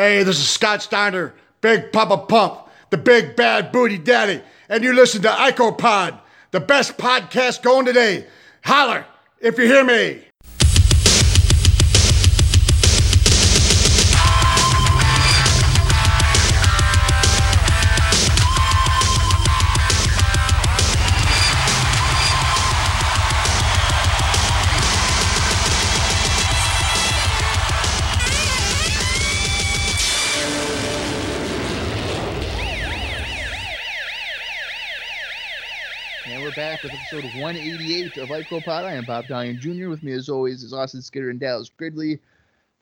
Hey, this is Scott Steiner, Big Papa Pump, the Big Bad Booty Daddy, and you listen to IcoPod, the best podcast going today. Holler if you hear me. And we're back with episode 188 of Ico Pod. I am Bob Dalian Jr. With me, as always, is Austin Skinner and Dallas Gridley.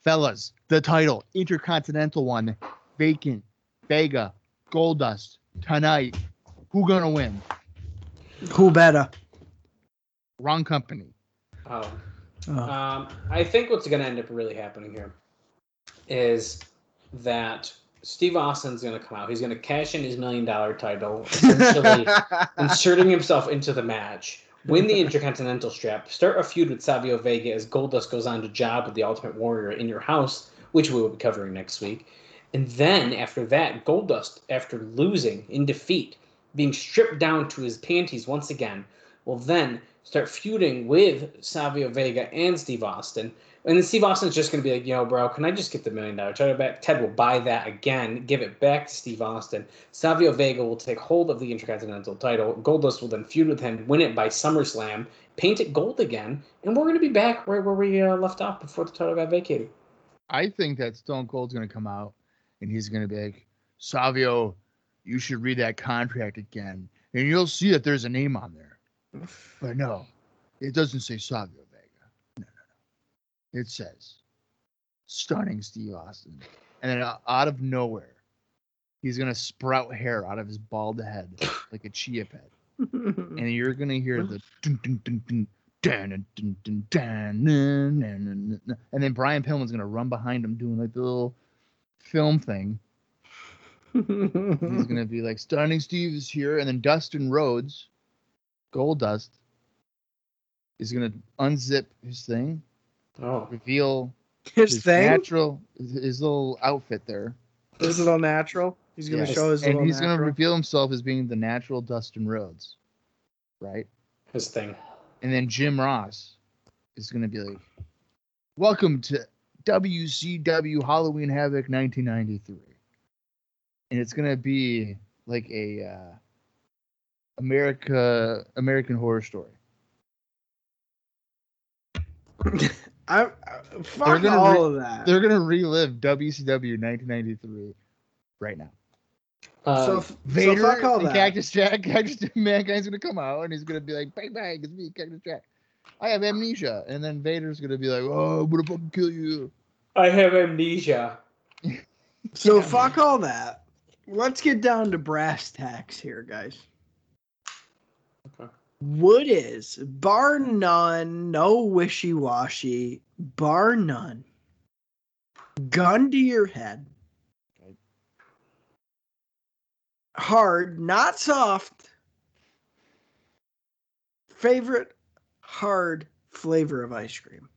Fellas, the title, Intercontinental one, Vacant, Vega, Goldust, tonight. Who gonna win? Who better? Wrong company. Oh. Oh. Um, I think what's going to end up really happening here is that Steve Austin's going to come out. He's going to cash in his million dollar title, essentially inserting himself into the match, win the Intercontinental strap, start a feud with Savio Vega as Goldust goes on to job with the Ultimate Warrior in your house, which we will be covering next week. And then after that, Goldust, after losing in defeat, being stripped down to his panties once again, will then start feuding with Savio Vega and Steve Austin. And then Steve Austin's just going to be like, yo, bro, can I just get the million dollar title back? Ted will buy that again, give it back to Steve Austin. Savio Vega will take hold of the Intercontinental title. Goldust will then feud with him, win it by SummerSlam, paint it gold again, and we're going to be back right where we uh, left off before the title got vacated. I think that Stone Cold's gonna come out and he's gonna be like, Savio, you should read that contract again, and you'll see that there's a name on there. But no, it doesn't say Savio Vega. No, no, no. It says stunning Steve Austin, and then o- out of nowhere, he's gonna sprout hair out of his bald head like a chia pet, and you're gonna hear the dun dun dun dun. Dun, dun, dun, dun, dun, dun, dun, dun, dun. And then Brian Pillman's gonna run behind him doing like the little film thing. And He's gonna be like, "Stunning Steve is here," and then Dustin Rhodes, Gold Dust, is gonna unzip his thing, Oh. reveal His, thing. natural, his, his little outfit there. his little natural. He's gonna Yes. show his and little he's gonna natural. reveal himself as being the natural Dustin Rhodes, right? His thing. And then Jim Ross is gonna be like, "Welcome to WCW Halloween Havoc 1993," and it's gonna be like a uh, America American Horror Story. I, I, fuck gonna all re- of that. They're gonna relive WCW 1993 right now. Um, so, f- so uh, Vader fuck all and that. Cactus Jack, Cactus Mankind's gonna come out and he's gonna be like, "Bang bang, it's me, Cactus Jack. I have amnesia." And then Vader's gonna be like, "Oh, I'm gonna fucking kill you." I have amnesia. So fuck all that. Let's get down to brass tacks here, guys. Okay. Wood is bar none, no wishy washy, bar none. Gun to your head. Okay. Hard, not soft. Favorite hard flavor of ice cream.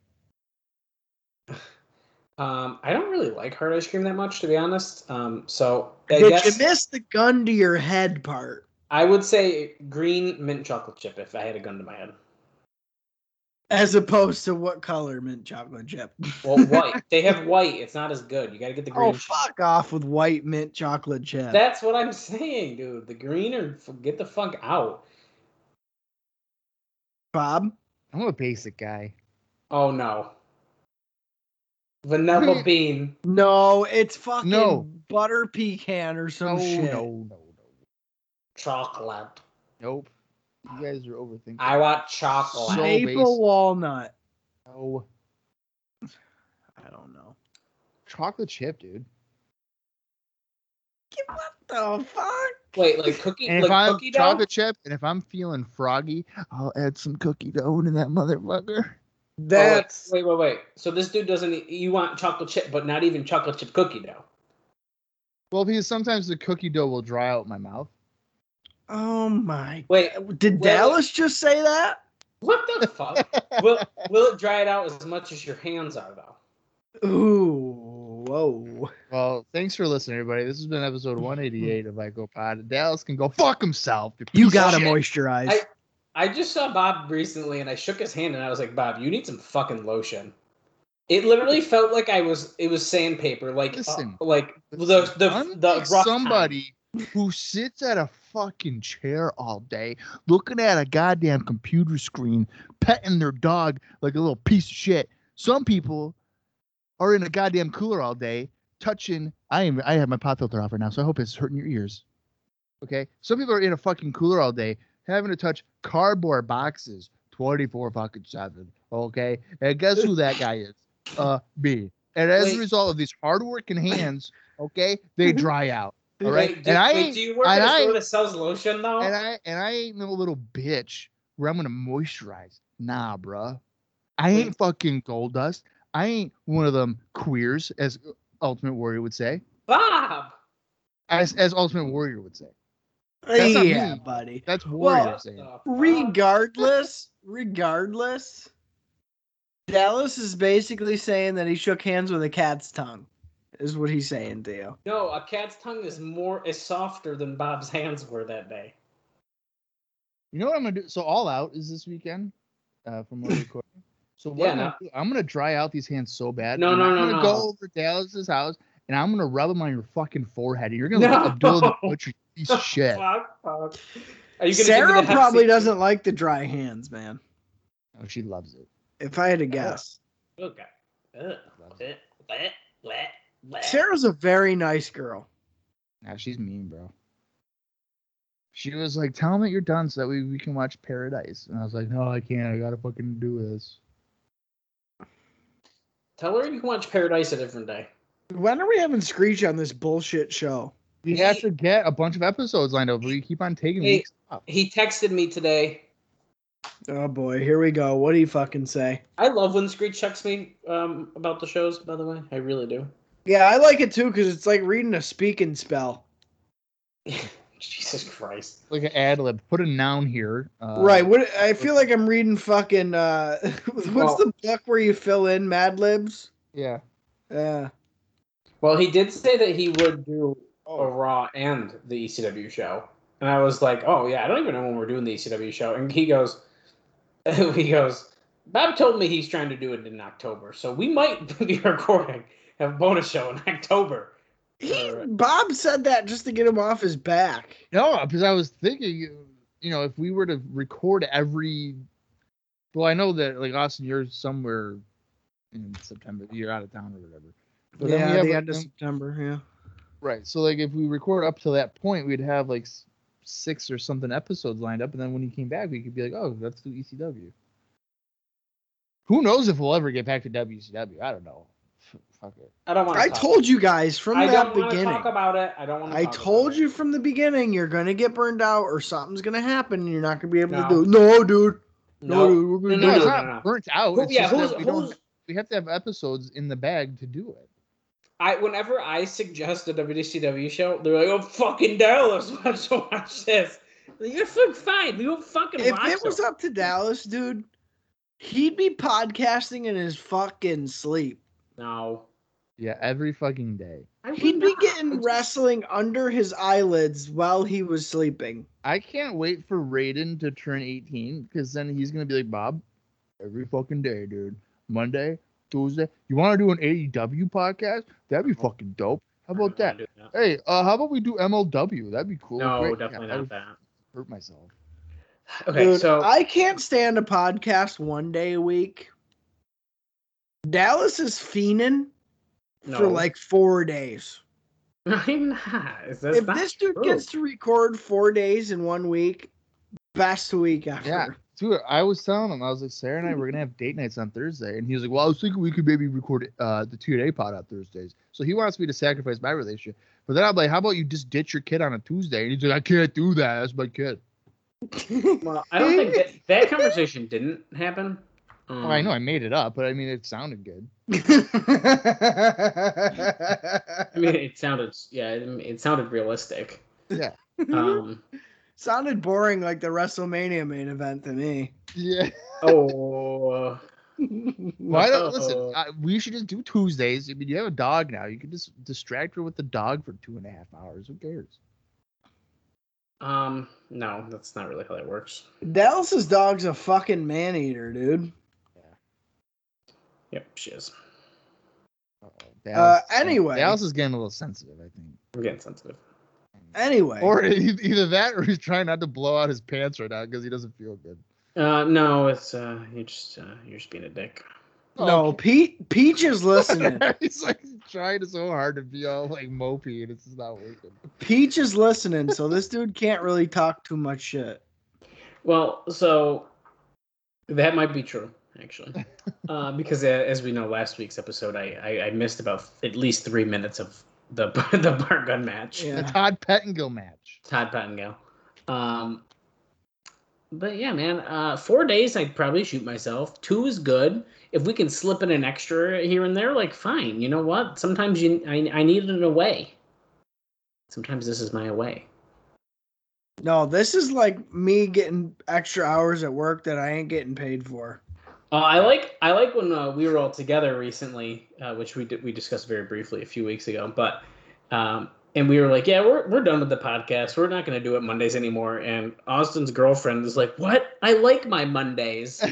Um, I don't really like hard ice cream that much, to be honest. Um, so I Did guess you miss the gun to your head part? I would say green mint chocolate chip if I had a gun to my head. As opposed to what color mint chocolate chip? Well, white. they have white. It's not as good. You got to get the green. oh, fuck off with white mint chocolate chip. That's what I'm saying, dude. The green or f- get the fuck out. Bob, I'm a basic guy. Oh no. Vanilla bean. no, it's fucking No. butter pecan or some No, shit. no, no, no. Chocolate. Nope. You guys are overthinking. I want chocolate. So- Maple based- walnut. no. I don't know. Chocolate chip, dude. What the fuck? Wait, like cookie, And if like I'm cookie dough? chocolate chip, oh, and if I'm feeling froggy, I'll add some cookie dough into that motherfucker. Oh, wait, That's wait, wait, wait. So this dude doesn't. e, You want chocolate chip, but not even chocolate chip cookie dough. Well, because sometimes the cookie dough will dry out my mouth. oh my. Wait, Did Well- Dallas just say that? what the fuck? will Will it dry it out as much as your hands are though? Ooh, Whoa. Well, thanks for listening, everybody. This has been episode 188 of IcoPod. Dallas can go fuck himself. You piece of gotta shit. moisturize. I- I just saw Bob recently and I shook his hand and I was like, Bob, you need some fucking lotion. It literally felt like I was it was sandpaper, like uh, Listen. like the Listen, the, unlike the rough time. somebody who sits at a fucking chair all day looking at a goddamn computer screen, petting their dog like a little piece of shit. Some people are in a goddamn cooler all day touching. I am. I have my pop filter off right now, so I hope it's hurting your ears. Okay. Some people are in a fucking cooler all day having to touch cardboard boxes 24 fucking 7. Okay. And guess who that guy is? Uh, me. And as Wait. a result of these hardworking hands, okay, Mm-hmm. they dry out. All right. Wait, do, and I wait, ain't- do you work and at a I- store that sells lotion though? and I and I ain't no little bitch where I'm gonna moisturize. Nah, bruh. I ain't fucking gold dust. I ain't one of them queers, as Ultimate Warrior would say. Bob. As as Ultimate Warrior would say. that's not yeah, me. buddy. That's Warrior What saying. the fuck? Regardless, regardless, Dallas is basically saying that he shook hands with a cat's tongue, is what he's saying to you. No, a cat's tongue is more is softer than Bob's hands were that day. You know what I'm gonna do? So all out is this weekend, uh, from what we're recording. So what Yeah, I'm, no. gonna do, I'm gonna dry out these hands so bad. No, and no, I'm no, gonna no. go over to Dallas's house and I'm gonna rub them on your fucking forehead. And you're gonna No. look Abdullah the butcher you piece of shit. Fuck, fuck. Are you gonna give me Sarah the Pepsi? probably doesn't like the dry hands, man. Oh, she loves it. If I had to guess, Okay. Ugh. Bleh, bleh, bleh, bleh. Sarah's a very nice girl. Now she's mean, bro. She was like, "Tell him that you're done, so that we, we can watch Paradise." And I was like, "No, I can't. I gotta fucking do this." Tell her you can watch Paradise a different day. When are we having Screech on this bullshit show? We have to get a bunch of episodes lined up. We keep on taking Hey. weeks off. He texted me today. Oh boy, here we go. What do you fucking say? I love when Screech checks me um, about the shows. By the way, I really do. Yeah, I like it too because it's like reading a speaking spell. Jesus Christ. Like an ad lib. Put a noun here. Uh, right. What I feel like I'm reading fucking. Uh, what's Well- the book where you fill in Mad Libs? Yeah. Uh, Well, he did say that he would do Oh, a Raw and the ECW show, and I was like, "Oh yeah, I don't even know when we're doing the ECW show." And he goes, "He goes, Bob told me he's trying to do it in October, so we might be recording a bonus show in October." he, Alright. Bob said that just to get him off his back. No, because I was thinking, you know, if we were to record every, well, I know that like Austin, you're somewhere in September. You're out of town or whatever. But then we yeah, have the a- end of then- September. Yeah. Right. So like if we record up to that point, we'd have like s- six or something episodes lined up, and then when he came back, we could be like, oh, let's do ECW. Who knows if we'll ever get back to WCW? I don't know. F- Fuck it. I don't want. I told you guys from I that don't want to beginning. talk about it. I don't want. I told you from the beginning you're gonna get burned out or something's gonna happen and you're not gonna be able No. to do. it. No, dude. No, No. dude, we're No, No, gonna do it's it. not no, no. burnt out. Who- it's yeah, just who's that we don't. who's We have to have episodes in the bag to do it. I whenever I suggest a WCW show, they're like, "Oh, fucking Dallas, wants to watch this." Like, You're fucking fine. We don't fucking If watch it was them. up to Dallas, dude, he'd be podcasting in his fucking sleep. no, Yeah, every fucking day. I He'd would be not. getting wrestling under his eyelids while he was sleeping. I can't wait for Raiden to turn 18 because then he's gonna be like Bob, every fucking day, dude. Monday, Tuesday. You want to do an AEW podcast? That'd Oh. be fucking dope. How about I'm not that? doing that. Hey, uh, how about we do MLW? That'd be cool. No, Great. definitely Yeah, I not would that. Hurt myself. Okay, Dude, so I can't stand a podcast one day a week. Dallas is fiending no. for like four days. I'm not. That's if not this dude true. gets to record four days in one week, best week ever. Yeah. Dude, I was telling him, I was like, Sarah and I were gonna have date nights on Thursday, and he was like, Well, I was thinking we could maybe record uh the TNA pod on Thursdays. So he wants me to sacrifice my relationship. But then I'm like, How about you just ditch your kid on a Tuesday? And he's like, I can't do that. That's my kid. Well, I don't think that, that conversation didn't happen. Um, Oh, I know I made it up, but I mean it sounded good. I mean, it sounded yeah, it, it sounded realistic. Yeah. Mm-hmm. Um. Sounded boring like the WrestleMania main event to me. Yeah. oh. Why don't listen? I, we should just do Tuesdays. I mean, you have a dog now. You can just distract her with the dog for two and a half hours. Who cares? Um, no, that's not really how that works. Dallas's dog's a fucking man eater, dude. Yep, she is. Uh-oh. Dallas- Uh, anyway. Dallas is getting a little sensitive. I think. I'm getting sensitive. Anyway, Or e- either that, or he's trying not to blow out his pants right now because he doesn't feel good. Uh, no, it's uh, you just uh, you're just being a dick. no, Pete Oh, Peach is listening. Oh, he's like trying so hard to be all like mopey, and it's just not working. Peach is listening, so this dude can't really talk too much shit. Well, so that might be true actually, uh, because a- as we know, last week's episode, I, I I missed about at least three minutes of the the bar gun match. The Yeah. Todd Pettingill match. Todd Pettingill. Um, but yeah, man, uh, four days I'd probably shoot myself. Two is good. If we can slip in an extra here and there, like fine. You know what? Sometimes you I, I need an away. Sometimes this is my away. No, this is like me getting extra hours at work that I ain't getting paid for. Uh, I like I like when uh, we were all together recently, uh, which we did, we discussed very briefly a few weeks ago. But um, and we were like, yeah, we're we're done with the podcast. We're not going to do it Mondays anymore. And Austin's girlfriend is like, what? I like my Mondays.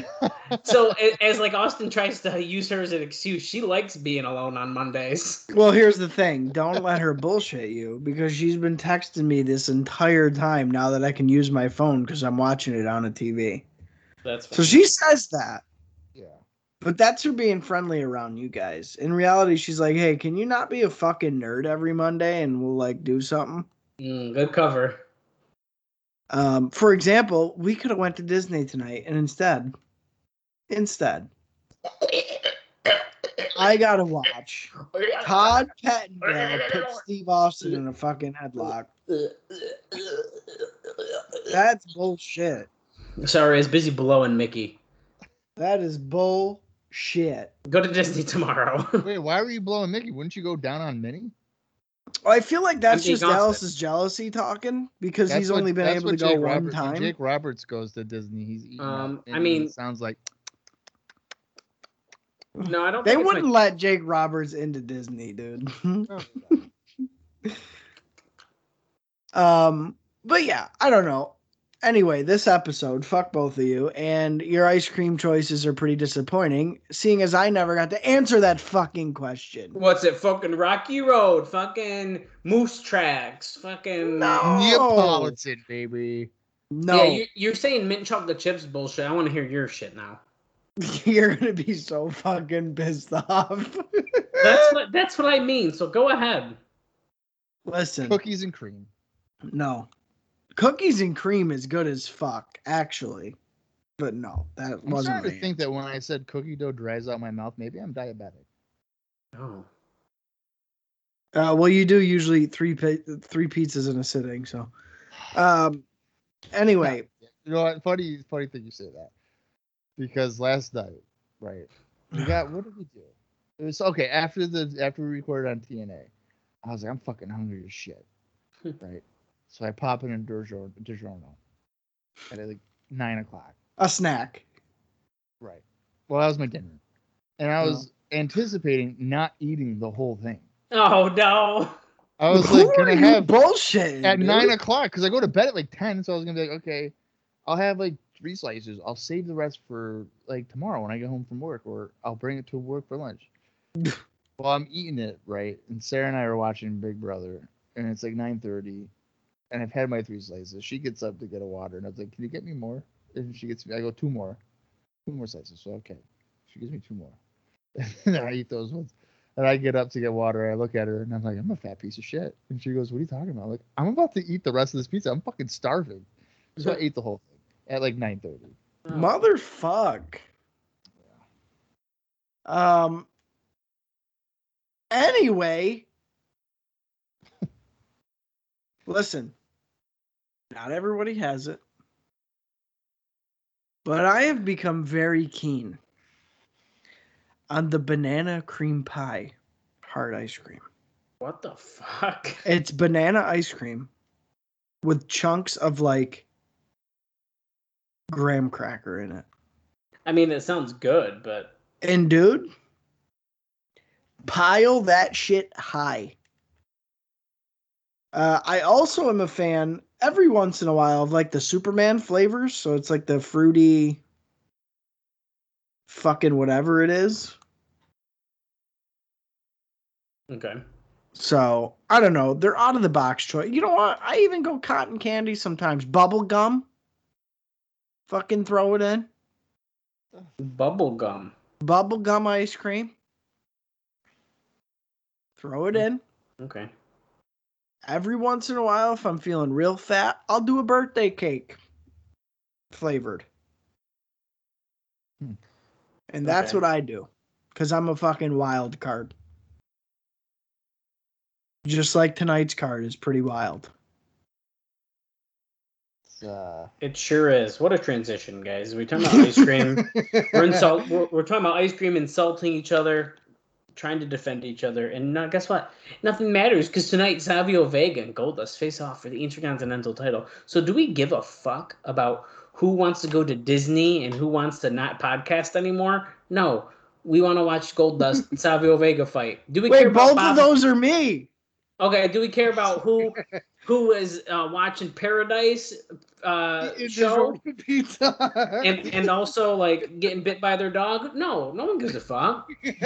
so a- as like Austin tries to use her as an excuse, she likes being alone on Mondays. Well, here's the thing. Don't let her bullshit you because she's been texting me this entire time now that I can use my phone because I'm watching it on a TV. That's fine. So she says that, Yeah. but that's her being friendly around you guys. In reality, she's like, hey, can you not be a fucking nerd every Monday and we'll like do something? Mm, good cover. Um, for example, we could have went to Disney tonight, and instead, instead, I gotta watch Todd Pettengill put Steve Austin in a fucking headlock. That's bullshit. Sorry, I was busy blowing Mickey. That is bullshit. Go to Disney tomorrow. Wait, why were you blowing Mickey? Wouldn't you go down on Minnie? Well, I feel like that's I'm being just honest. Dallas's jealousy talking because That's he's what- only been that's able what to go Jake one Roberts, when time. Jake Roberts goes to Disney. He's eating. up Um, and I it mean- sounds like no, I don't. They think it's my- wouldn't let Jake Roberts into Disney, dude. Um, but yeah, I don't know. Anyway, this episode, fuck both of you, and your ice cream choices are pretty disappointing, seeing as I never got to answer that fucking question. What's it? Fucking Rocky Road. Fucking Moose Tracks. Fucking. No. Neapolitan, baby. No, Yeah, you're, you're saying mint chocolate chips bullshit. I want to hear your shit now. you're gonna be so fucking pissed off. That's what that's what I mean. So go ahead. Listen, Cookies and cream. no, cookies and cream is good as fuck, actually, but no, that I'm wasn't. starting my to think that when I said cookie dough dries out my mouth, maybe I'm diabetic. Oh. Uh, well, you do usually eat three pi- three pizzas in a sitting, so. Um. Anyway, You know what? Funny, funny thing you say that. Because last night, right? We got what did we do? It was okay after the after we recorded on TNA. I was like, I'm fucking hungry as shit, right? So I pop in a DiGior- DiGiorno at like nine o'clock, a snack. right? Well, that was my dinner, and I was anticipating not eating the whole thing. Oh no. I was Who like, are can I you have bullshit at dude? nine o'clock because I go to bed at like ten, so I was gonna be like, okay, I'll have like three slices. I'll save the rest for like tomorrow when I get home from work, or I'll bring it to work for lunch. well, I'm eating it right, and Sarah and I are watching Big Brother, and it's like nine thirty, and I've had my three slices. She gets up to get a water, and I was like, can you get me more? And she gets me, I go two more, two more slices. So okay, she gives me two more, and I eat those ones. And I get up to get water. I look at her and I'm like, I'm a fat piece of shit. And she goes, What are you talking about? I'm like, I'm about to eat the rest of this pizza. I'm fucking starving. So I ate the whole thing at like 9:30. Oh. motherfuck um anyway listen not everybody has it but i have become very keen on the banana cream pie hard ice cream What the fuck? It's banana ice cream with chunks of like graham cracker in it. I mean, it sounds good, but And dude, pile that shit high. Uh, I also am a fan every once in a while of like the Superman flavors. So it's like the fruity, fucking whatever it is. Okay. So I don't know. They're out of the box choice. You know what? I even go cotton candy sometimes. Bubble gum. Fucking throw it in. Bubble gum. Bubble gum ice cream. Throw it in. Okay. Every once in a while, if I'm feeling real fat, I'll do a birthday cake flavored. Hmm. And that's Okay. what I do because I'm a fucking wild card. Just like tonight's card is pretty wild. It's, uh, It sure is. What a transition, guys. We talking about ice cream. we're insult. We're, we're talking about ice cream, insulting each other, trying to defend each other, and now guess what? Nothing matters because tonight Savio Vega and Goldust face off for the Intercontinental title. So do we give a fuck about who wants to go to Disney and who wants to not podcast anymore? No, we want to watch Goldust and Savio Vega fight. Do we care Wait, about both Bobby- of those are me. Okay, do we care about who who is uh, watching Paradise uh, It's just show? roasted pizza. and and also like getting bit by their dog. No, no one gives a fuck.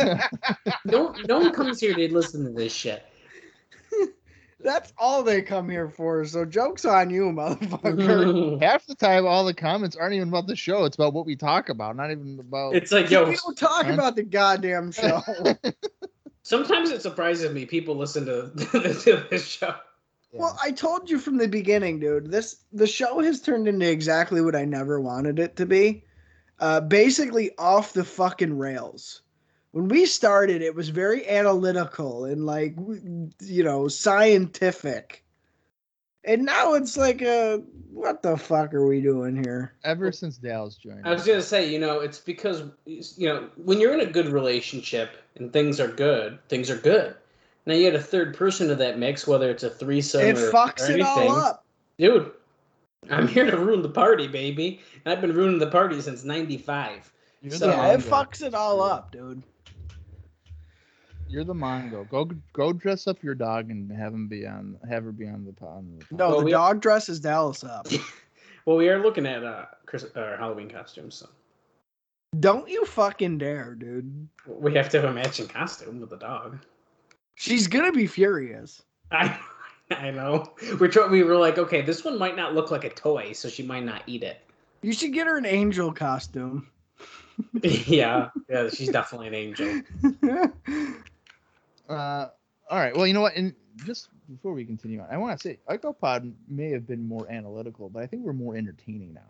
No, no one comes here to listen to this shit. That's all they come here for. So joke's on you, motherfucker. it's Half the time, all the comments aren't even about the show. It's about what we talk about, not even about. like Mm-hmm. yo. we don't talk man. about the goddamn show. Sometimes it surprises me people listen to, to this show. yeah. Well, I told you from the beginning, dude. This the show has turned into exactly what I never wanted it to be. Uh, basically, off the fucking rails. When we started, it was very analytical and like w- you know scientific. And now it's like, uh, what the fuck are we doing here? Ever since Dallas joined, I was gonna say, you know, it's because you know when you're in a good relationship and things are good, things are good. Now you had a third person to that mix, whether it's a threesome It or, fucks or it all anything. up. dude. I'm here to ruin the party, baby, and I've been ruining the party since '95. you're the, So- yeah, it Mongo. fucks it all up, dude. you're the Mongo. Go go dress up your dog and have him be on. Have her be on the pond. No, Well, the we- dog dresses Dallas up. Well, we are looking at uh, Chris, uh, Halloween costumes, so Don't you fucking dare, dude. we have to have a matching costume with the dog. She's gonna be furious. I, I know. We're try- we were like, okay, this one might not look like a toy, so she might not eat it. You should get her an angel costume. yeah, yeah, she's definitely an angel. Uh, all right. Well, you know what? And just before we continue on, I want to say Icopod may have been more analytical, but I think we're more entertaining now.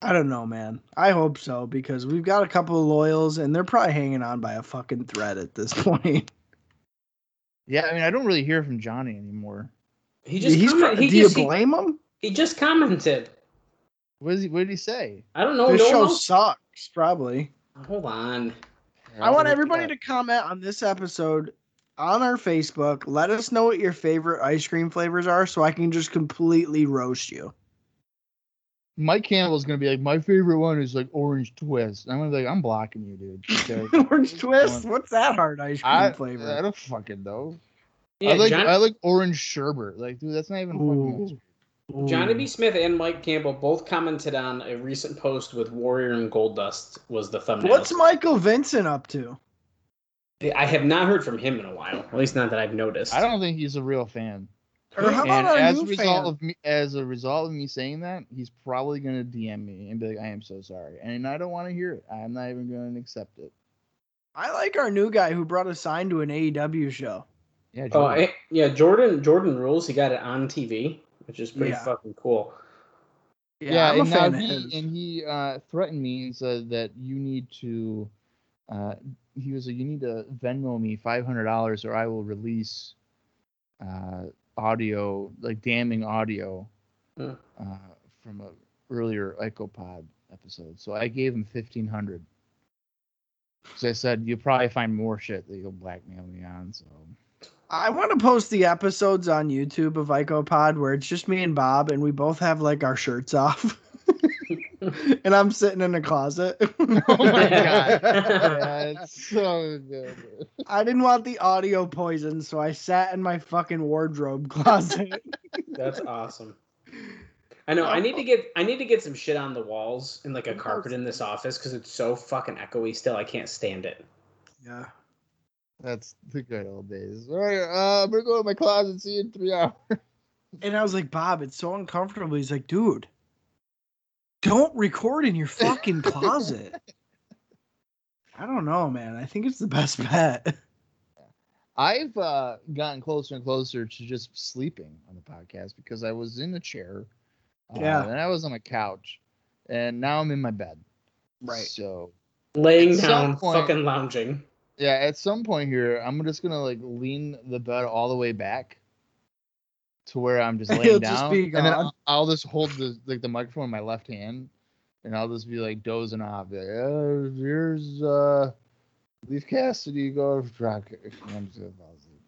I don't know, man. I hope so because we've got a couple of loyals and they're probably hanging on by a fucking thread at this point. Yeah, I mean, I don't really hear from Johnny anymore. He just He's comment- pro- he do you just he, blame him? he just commented. What is he? What did he say? I don't know. this no show one else- sucks, probably. Hold on. I want everybody to comment on this episode on our Facebook. Let us know what your favorite ice cream flavors are so I can just completely roast you. Mike Campbell's gonna be like, my favorite one is like orange twist. I'm gonna be like, I'm blocking you, dude. because orange twist? Orange- What's that hard ice cream I, flavor? I don't fucking know. Yeah, I like John- I like orange sherbet. Like, dude, that's not even fucking. Ooh. ice cream. uh, Johnny B. Smith and Mike Campbell both commented on a recent post with Warrior and Goldust was the thumbnail. What's Michael Vincent up to? I have not heard from him in a while. At least not that I've noticed. I don't think he's a real fan. Or how about And our as a new result fan? of me, as a result of me saying that, he's probably gonna DM me and be like, "I am so sorry," and I don't want to hear it. I'm not even going to accept it. I like our new guy who brought a sign to an AEW show. Yeah, Oh Jordan. I, yeah, Jordan. Jordan rules. He got it on TV, which is pretty Yeah. fucking cool. Yeah, yeah, I'm a and now fan of he, his. and he uh, threatened me and said that you need to. Uh, he was like, "You need to Venmo me five hundred dollars, or I will release uh, audio, like damning audio, Hmm. uh, from a earlier EchoPod episode." So I gave him fifteen hundred. So I said, "You'll probably find more shit that you'll blackmail me on." So I want to post the episodes on YouTube of IcoPod where it's just me and Bob and we both have like our shirts off. and I'm sitting in a closet. Oh my god. That's so good. I didn't want the audio poison, so I sat in my fucking wardrobe closet. That's awesome. I know. I need to Oh. get I need to get some shit on the walls and like a carpet in this office because it's so fucking echoey. Still, I can't stand it. yeah. That's the good old days. All right, uh, I'm gonna go in my closet. See you in three hours. And I was like, Bob, it's so uncomfortable. He's like, dude, don't record in your fucking closet. I don't know, man. I think it's the best bet. I've uh, gotten closer and closer to just sleeping on the podcast because I was in a chair. Uh, Yeah. And I was on a couch, and now I'm in my bed. So Laying At some down, point- fucking lounging. yeah, at some point here, I'm just gonna like lean the bed all the way back to where I'm just It'll laying just down, be and then gone. I'll, I'll just hold the like the microphone in my left hand, and I'll just be like dozing off. Be Like, oh, here's uh, Leaf Cassidy going for drop kick." And I'm just gonna fall asleep.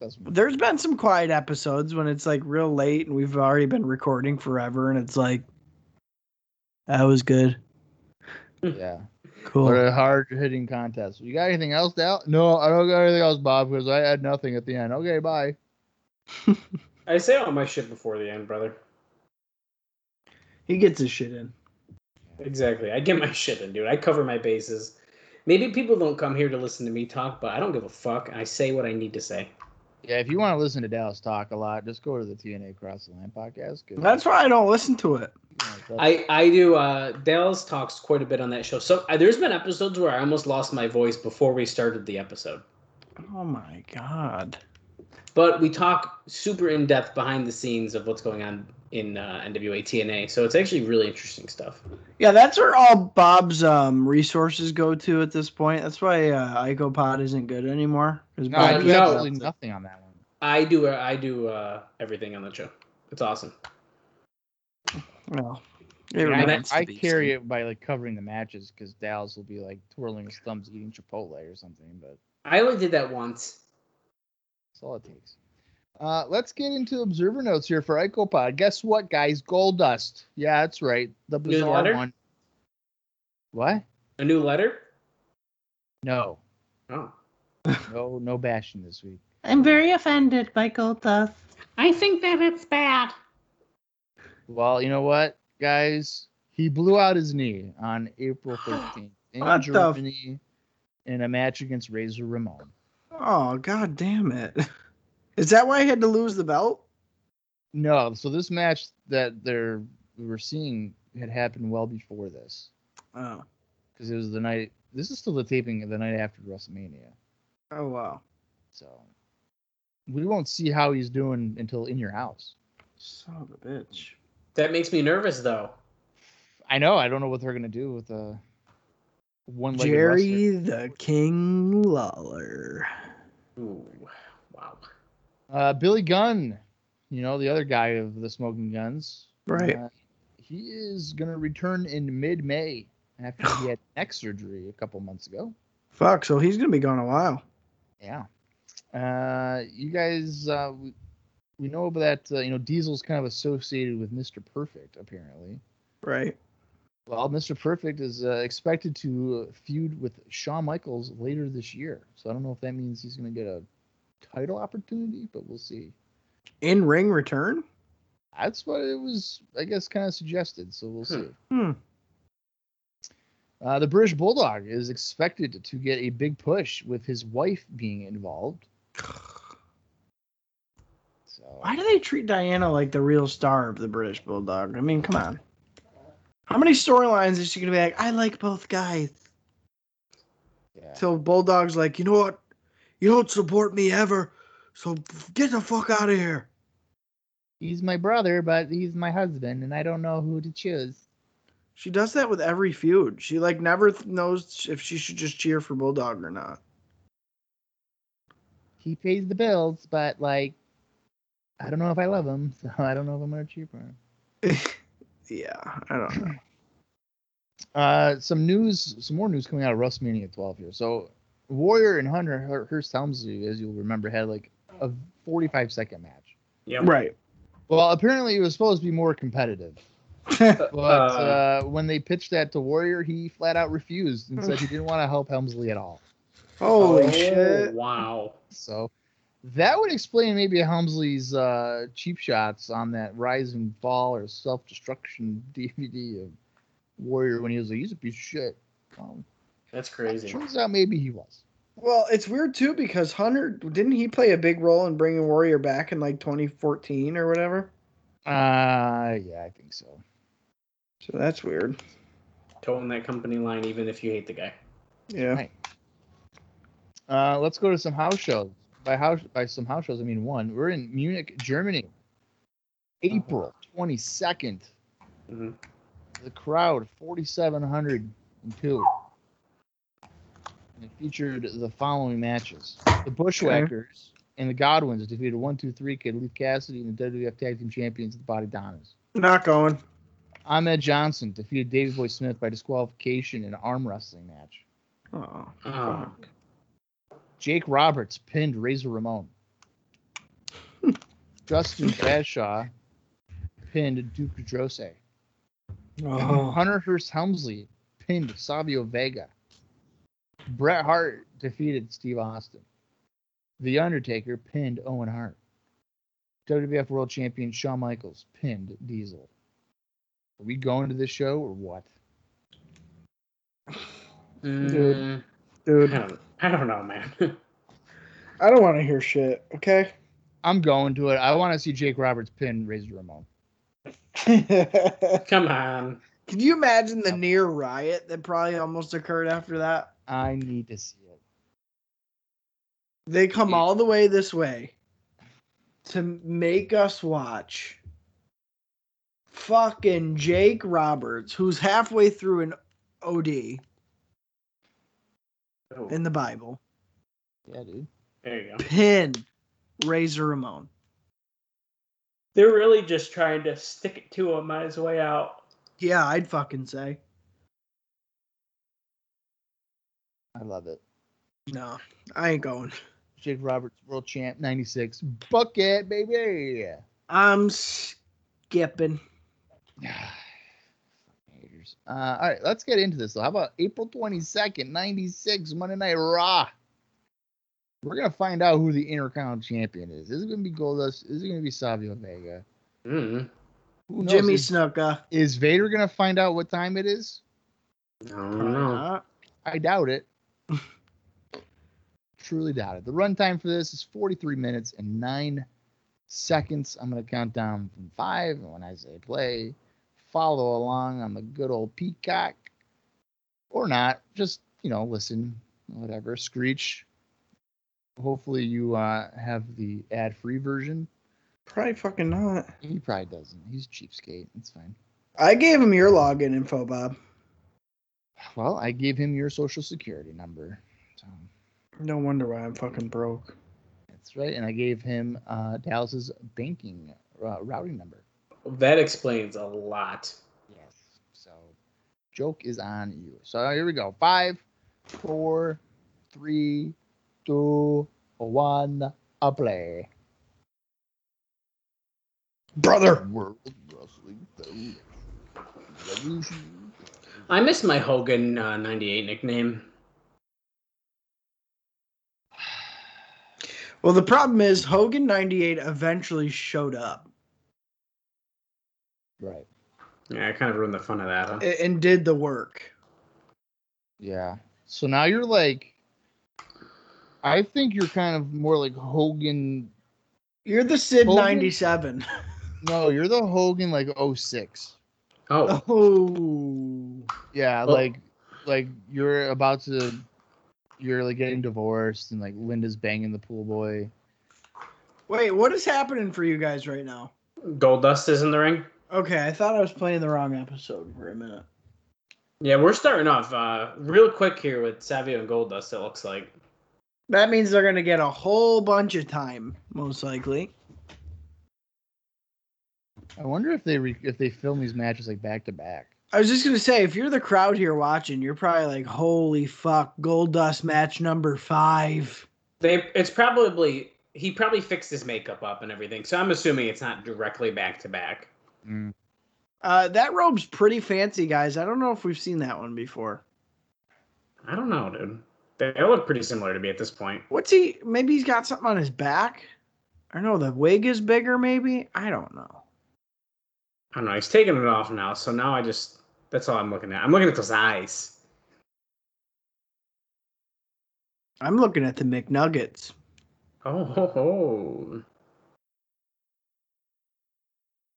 That's There's been some quiet episodes when it's like real late and we've already been recording forever and it's like, that was good. yeah. Cool. What a hard hitting contest. You got anything else out? No, I don't got anything else, Bob, because I had nothing at the end. Okay, bye. I say all my shit before the end, brother. He gets his shit in. Exactly. I get my shit in, dude. I cover my bases. Maybe people don't come here to listen to me talk, but I don't give a fuck. I say what I need to say. Yeah, if you want to listen to Dallas talk a lot, just go to the TNA Cross the Land podcast. 'cause- That's why I don't listen to it. I I do. Uh, Dallas talks quite a bit on that show. So uh, there's been episodes where I almost lost my voice before we started the episode. Oh my God. But we talk super in depth behind the scenes of what's going on in uh, NWA TNA. So it's actually really interesting stuff. Yeah, that's where all Bob's um, resources go to at this point. That's why uh, IcoPod isn't good anymore. 'cause no, Bob I Uh, do no. absolutely nothing on that one. I do. Uh, I do uh, everything on that show. It's awesome. Well, I, it mean, I- remains to I be carry seen. it by like covering the matches because Dallas will be like twirling his thumbs eating Chipotle or something, but I only did that once. that's all it takes. Uh, let's get into observer notes here for IcoPod. Guess what, guys? Gold dust. Yeah, that's right. The bizarre letter? one. What? A new letter. No. Oh. No, no bashing this week. I'm very offended by gold dust. I think that it's bad. Well, you know what, guys? He blew out his knee on April 13th in What the f- Germany in a match against Razor Ramon. Oh God damn it! Is that why I had to lose the belt? No, so this match that they're we were seeing had happened well before this Oh, because it was the night. This is still the taping of the night after WrestleMania, oh wow. so we won't see how he's doing until in your house. Son of a bitch. That makes me nervous though. I know. I don't know what they're gonna do with the one legged Jerry the King Lawler. Ooh. Wow. Uh, Billy Gunn, you know the other guy of the Smoking Guns. Right. Uh, he is gonna return in mid-May after he had neck surgery a couple months ago. Fuck. So he's gonna be gone a while. Yeah. Uh, you guys, uh, we, we know that uh, you know Diesel's kind of associated with Mr. Perfect apparently. Right. Well, Mr. Perfect is uh, expected to feud with Shawn Michaels later this year, so I don't know if that means he's gonna get a title opportunity, but we'll see. In ring return. That's what it was, I guess, kind of suggested. So we'll see. Hmm. Uh, the British Bulldog is expected to get a big push with his wife being involved. So Why do they treat Diana like the real star of the British Bulldog? I mean, come on. How many storylines is she gonna be like? I like both guys. yeah. Till Bulldog's like, you know what? You don't support me ever, so get the fuck out of here. he's my brother, but he's my husband, and I don't know who to choose. She does that with every feud. She like never th- knows if she should just cheer for Bulldog or not. He pays the bills, but like, I don't know if I love him, so I don't know if I'm gonna cheer for him. Yeah, I don't know. Uh, some news, some more news coming out of WrestleMania 12 here. So, Warrior and Hunter Hur- Hurst Helmsley, as you'll remember, had like a 45 second match. Yeah. Right. Well, apparently it was supposed to be more competitive. But uh, when they pitched that to Warrior, he flat out refused and said he didn't want to help Helmsley at all. Holy Oh, shit. Wow. So that would explain maybe Helmsley's uh, cheap shots on that Rise and Fall or Self Destruction DVD of Warrior when he was like, he's a piece of shit. Um, That's crazy. turns out maybe he was. Well, it's weird too because Hunter didn't he play a big role in bringing Warrior back in like 2014 or whatever? Uh, yeah, I think so. So that's weird. Toting that company line, even if you hate the guy. Yeah. Right. Uh, let's go to some house shows. By house, by some house shows, I mean one. We're in Munich, Germany, April twenty second. Mhm. The crowd forty seven hundred and two. And it featured the following matches: the Bushwhackers and the Godwins defeated one, two, three Kid Leaf Cassidy and the WWF Tag Team Champions, the Body Donnas. Not going. Ahmed Johnson defeated David Boy Smith by disqualification in an arm wrestling match. Oh. Oh, Jake Roberts pinned Razor Ramon. Justin Bradshaw pinned Duke Drose. Oh. Hunter Hearst Helmsley pinned Savio Vega. Bret Hart defeated Steve Austin. The Undertaker pinned Owen Hart. WWF World Champion Shawn Michaels pinned Diesel. Are we going to this show or what? Mm, I, Dude, don't, I don't know, man. I don't want to hear shit, okay? I'm going to it. I want to see Jake Roberts pin Razor Ramon. Can Come on. you imagine the near riot that probably almost occurred after that? I need to see it. They come Yeah. all the way this way to make us watch fucking Jake Roberts, who's halfway through an OD Oh, in the Bible, Yeah, dude. there you go. pin Razor Ramon. They're really just trying to stick it to him on his way out. Yeah, I'd fucking say. I love it. No, I ain't going. Jake Roberts, world champ, 96. Bucket, baby. I'm skipping. Haters. Uh, all right, let's get into this. Though. How about April 22nd, 96, Monday Night Raw? We're going to find out who the Intercontinental Champion is. Is it going to be Goldust? Is it going to be Savio Vega? Mm, Who knows? Jimmy Is, Snuka. is Vader going to find out what time it is? I don't know. I doubt it. Truly doubt it. The runtime for this is 43 minutes and 9 seconds. I'm going to count down from 5. And when I say play, follow along on the good old Peacock or not. Just, you know, listen, whatever. Screech. Hopefully you uh, have the ad free version. Probably fucking not. He probably doesn't. He's a cheapskate. It's fine. I gave him your login info, Bob. Well, I gave him your social security number. So. No wonder why I'm fucking broke. That's right. And I gave him uh, Dallas's banking uh, routing number. That explains a lot. Yes. So joke is on you. So here we go. Five, four, three, two, one. A play. Brother. World Wrestling Federation. I miss my Hogan uh, 98 nickname. Well, the problem is Hogan 98 eventually showed up Right. Yeah, I kind of ruined the fun of that, huh? a- and did the work. Yeah. So now you're like, I think you're kind of more like Hogan. You're the Sid Hogan? 97. No, you're the Hogan like 06. Oh, Oh. Yeah, Oh. like like you're about to you're like getting divorced and like Linda's banging the pool boy. Wait, what is happening for you guys right now? Gold Dust is in the ring. Okay, I thought I was playing the wrong episode for a minute. Yeah, we're starting off uh, real quick here with Savio and Goldust. It looks like That means they're going to get a whole bunch of time, most likely. I wonder if they re- if they film these matches like back to back. I was just gonna say, if you're the crowd here watching, you're probably like, "Holy fuck, Gold Dust match number five. they. It's probably he probably fixed his makeup up and everything. So I'm assuming it's not directly back to back. Uh, that robe's pretty fancy, guys. I don't know if we've seen that one before. I don't know, dude. They look pretty similar to me at this point. What's he? Maybe he's got something on his back. I don't know. The wig is bigger, maybe. I don't know. I don't know. He's taking it off now, so now I just that's all I'm looking at. I'm looking at those eyes. I'm looking at the McNuggets. Oh ho ho.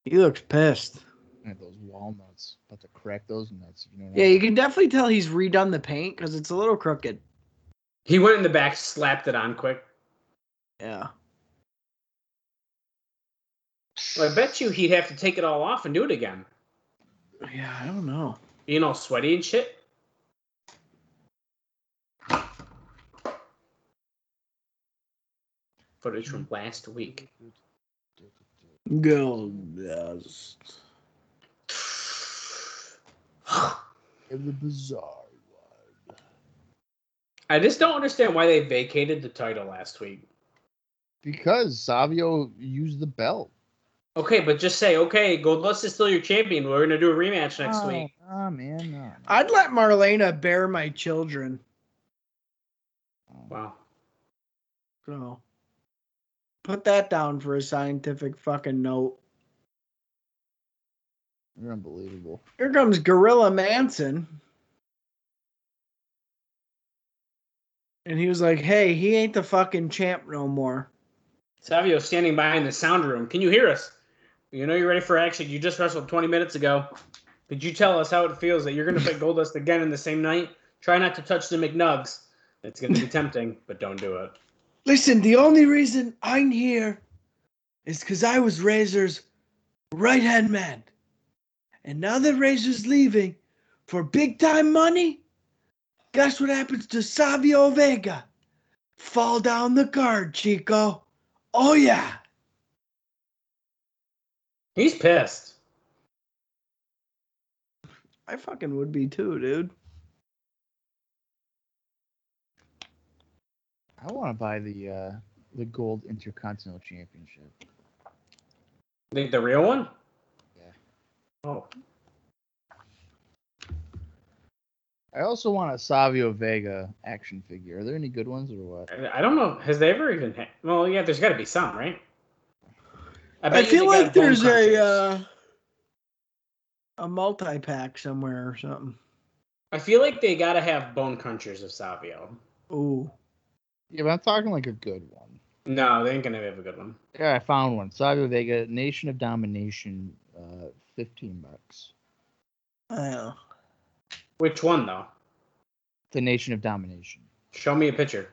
He looks pissed. At those walnuts, about to crack those nuts. You know. what I Yeah, you mean? can definitely tell he's redone the paint because it's a little crooked. He went in the back, slapped it on quick. Yeah. Well, I bet you he'd have to take it all off and do it again. Yeah, I don't know. Being all sweaty and shit. Footage from last week. Gold dust. And the bizarre one. I just don't understand why they vacated the title last week. Because Savio used the belt. Okay, but just say, okay, Goldust is still your champion. We're gonna do a rematch next Oh, week. nah, man. nah, nah. I'd let Marlena bear my children. Wow. So put that down for a scientific fucking note. You're unbelievable. Here comes Gorilla Manson. And he was like, hey, he ain't the fucking champ no more. Savio standing by in the sound room. Can you hear us? You know you're ready for action. You just wrestled 20 minutes ago. Could you tell us how it feels that you're going to fight Goldust again in the same night? Try not to touch the McNugs. It's going to be tempting, but don't do it. Listen, the only reason I'm here is because I was Razor's right hand man. And now that Razor's leaving for big time money, guess what happens to Savio Vega? Fall down the guard, Chico. Oh, yeah. He's pissed. I fucking would be too, dude. I want to buy the uh, the gold intercontinental championship. The, the real one? Yeah. Oh. I also want a Savio Vega action figure. Are there any good ones or what? I- I don't know. Has they ever even had. Well, yeah, there's got to be some, right? I bet you feel they got like there's bone a crushers. uh, a multi pack somewhere or something. I feel like they got to have bone crunchers of Savio. Ooh, Yeah, but I'm talking like a good one. No, they ain't going to have a good one. Yeah, I found one. Savio Vega, Nation of Domination, uh, 15 bucks. yeah. Which one, though? The Nation of Domination. Show me a picture.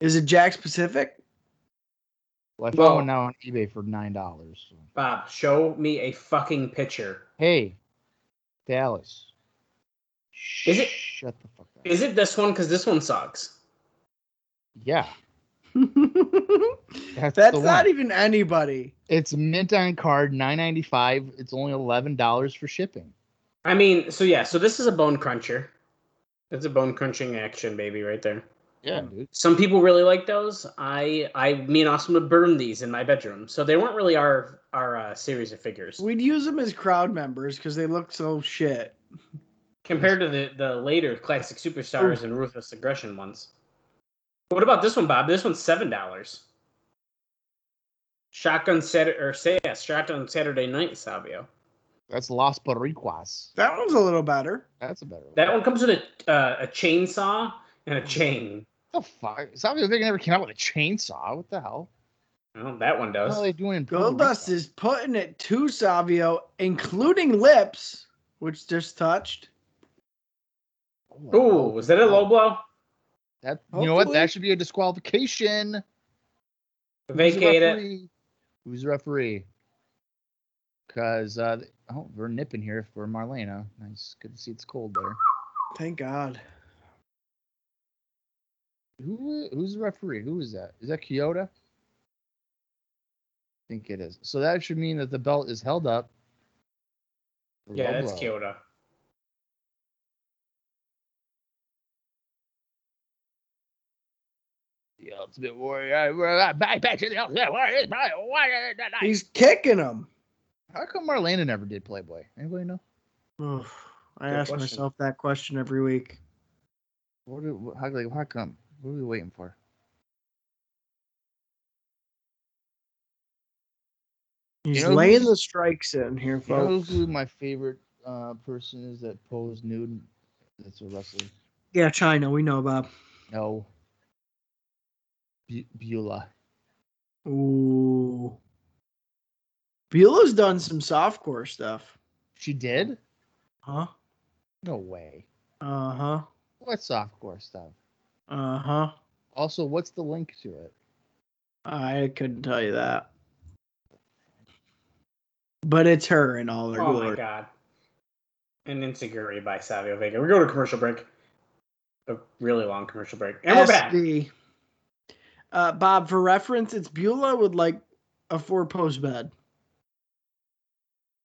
Is it Jack Specific? Well, I found Well- one now on eBay for nine dollars. Bob, show me a fucking picture. Hey, Dallas. Is it- Shut the fuck up. Is it this one? Because this one sucks. yeah, that's, That's the not one. even anybody. e-, It's mint on card, nine ninety five. It's only eleven dollars for shipping. I mean, so yeah, so this is a bone cruncher. It's a bone crunching action, baby, right there. Yeah, dude. Some people really like those. I, I, me and Austin would burn these in my bedroom. So they weren't really our our uh, series of figures We'd use them as crowd members because they look so shit. compared to the the later classic superstars and ruthless aggression ones. What about this one, Bob? This one's seven dollars. Shotgun Saturday or say yes, Shotgun Saturday Night, Savio. That's Las Bariquas. That one's a little better. That's a better one. That one comes with a uh, a chainsaw and a chain. What the fuck? Savio Vega never came out with a chainsaw. What the hell? Well, that one What does. are they doing in Puerto Goldust Rico? is putting it to Savio, including lips, which just touched. Ooh, was that a low blow? That you know what? Hopefully. That should be a disqualification. Who's the Vacate it. referee? Who's the referee? Because uh, th- oh, we're nipping here for Marlena. Nice, good to see it's cold there. Thank God. Who who's the referee? Who is that? Is that Kyoto? I think it is. So that should mean that the belt is held up. for Yeah, low that's blow. Kyoto. The Ultimate Warrior. uh, uh, Back back to the Ultimate Warrior. it's my warrior tonight. He's kicking him. How come Marlena never did Playboy? Anybody know? Oof. I Good ask question. myself that question every week. What do, how, like, how come? What are we waiting for? He's know laying who's- the strikes in here, You know folks. who my favorite uh, person is that posed nude? That's a wrestler. yeah, China. We know, Bob. No. Bu- Beulah. Ooh. Beulah's done some softcore stuff. She did? Huh? No way. Uh huh. What softcore stuff? Uh huh. Also, what's the link to it? I couldn't tell you that. But it's her in all her Oh my glory. god. An insecurity by Savio Vega. We go to commercial break. A really long commercial break. And we're back. SD. Uh, Bob, for reference, it's Beulah would like a four post bed.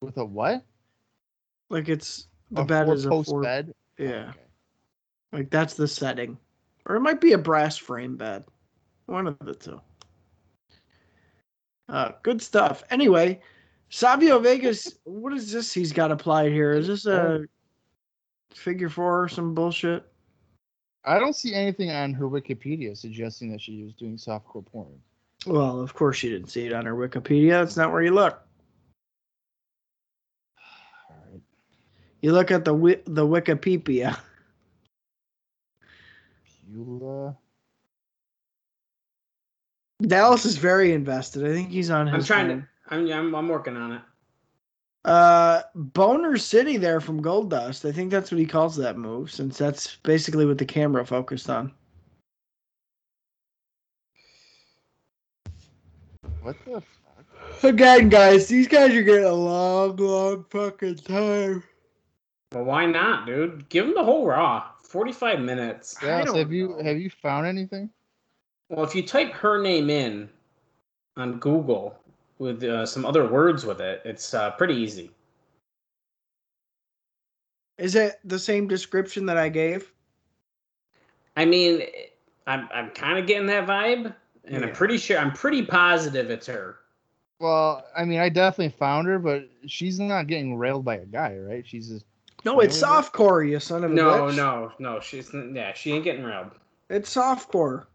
With a what? Like it's the a bed is a four-post four. bed? Oh, Yeah, okay. like that's the setting, or it might be a brass frame bed, one of the two. Uh, good stuff. Anyway, Savio Vegas, what is this he's got applied here? Is this Oh. a figure four or some bullshit? I don't see anything on her Wikipedia suggesting that she was doing softcore porn. Well, of course you didn't see it on her Wikipedia. That's not where you look. All right. You look at the wi- the Wikipedia. Beulah. Dallas is very invested. I think he's on his. I'm trying phone. to I'm, I'm I'm working on it. Uh, Boner City there from Gold Dust. I think that's what he calls that move, since that's basically what the camera focused on. What the fuck? Again, guys, these guys are getting a long, long fucking time. Well, why not, dude? Give him the whole raw. 45 minutes. I Dallas, don't have you know. have you found anything? Well, if you type her name in on Google with uh, some other words with it, it's uh, pretty easy. Is it the same description that I gave? I mean, I'm I'm kind of getting that vibe, and I'm Yeah. pretty sure I'm pretty positive it's her. Well, I mean, I definitely found her, but she's not getting railed by a guy, right? She's just No, it's No. softcore, you son of a No, bitch. no, no. She's n- yeah, she ain't getting robbed. It's softcore.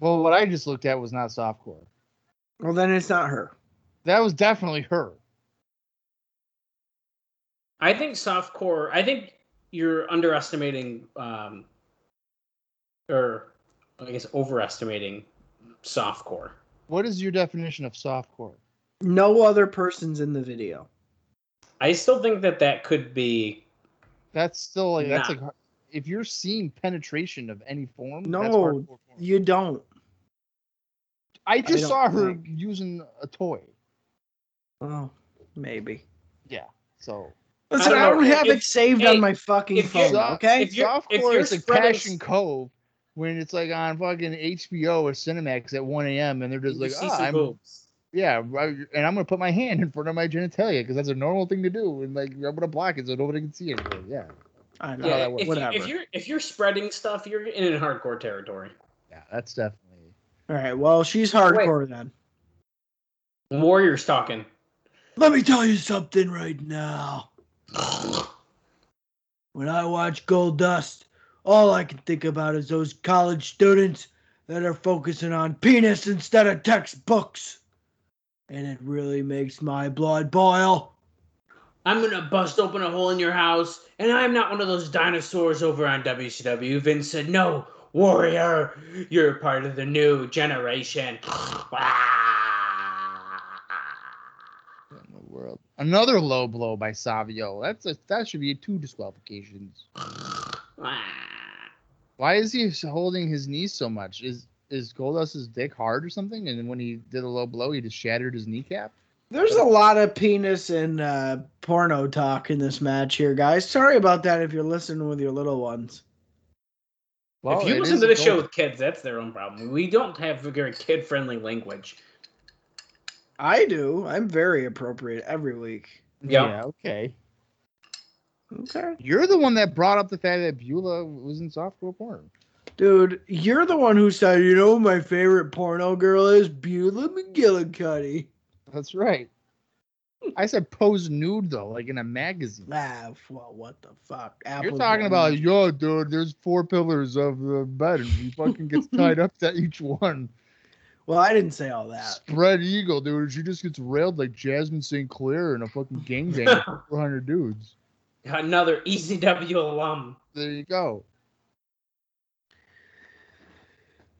well. What I just looked at was not softcore. Well, then it's not her. That was definitely her. I think softcore. I think you're underestimating, um, or I guess overestimating softcore. What is your definition of softcore? No other person's in the video. I still think that that could be. That's still like that's Nah. like har- if you're seeing penetration of any form. No, that's hardcore porn. You don't. I just don't saw her think- using a toy. Oh, maybe. So Listen, I don't don't, know. have If- it saved hey, on my fucking if you- phone, okay? if you're- if softcore you're is like spreading- Passion Cove when it's like on fucking HBO or Cinemax at 1 a.m. and they're just you like, see oh, some I'm boobs. yeah, right, and I'm gonna put my hand in front of my genitalia because that's a normal thing to do, and like I'm gonna block it so nobody can see it. Yeah, I know. how Yeah, that works. if, you- Whatever. if you're if you're spreading stuff, you're in hardcore territory. yeah, that's definitely. All right. Well, she's hardcore then. Warriors talking. Let me tell you something right now. When I watch Gold Dust, all I can think about is those college students that are focusing on penis instead of textbooks. And it really makes my blood boil. I'm gonna bust open a hole in your house, and I'm not one of those dinosaurs over on WCW. Vince said, "No, warrior, you're part of the new generation." What in the world? Another low blow by Savio. That's a, that should be two disqualifications. Why is he holding his knee so much? Is is Goldust's dick hard or something? And then when he did a low blow, he just shattered his kneecap. There's a lot of penis and uh, porno talk in this match here, guys. Sorry about that if you're listening with your little ones. if you listen to this show with kids, that's their own problem. We don't have very kid-friendly language. I do. I'm very appropriate every week. Yep. yeah, okay. Okay. You're the one that brought up the fact that Beulah was in softcore porn. Dude, you're the one who said, you know, who my favorite porno girl is Beulah McGillicuddy. That's right. I said pose nude though, like in a magazine. Ah, well, what the fuck? You're Apple's talking not- about yo, dude. There's four pillars of the bed, and he fucking gets tied up to each one. Well, I didn't say all that. Spread eagle, dude. She just gets railed like Jasmine St. Clair in a fucking gangbang of 400 dudes. Another ECW alum. There you go.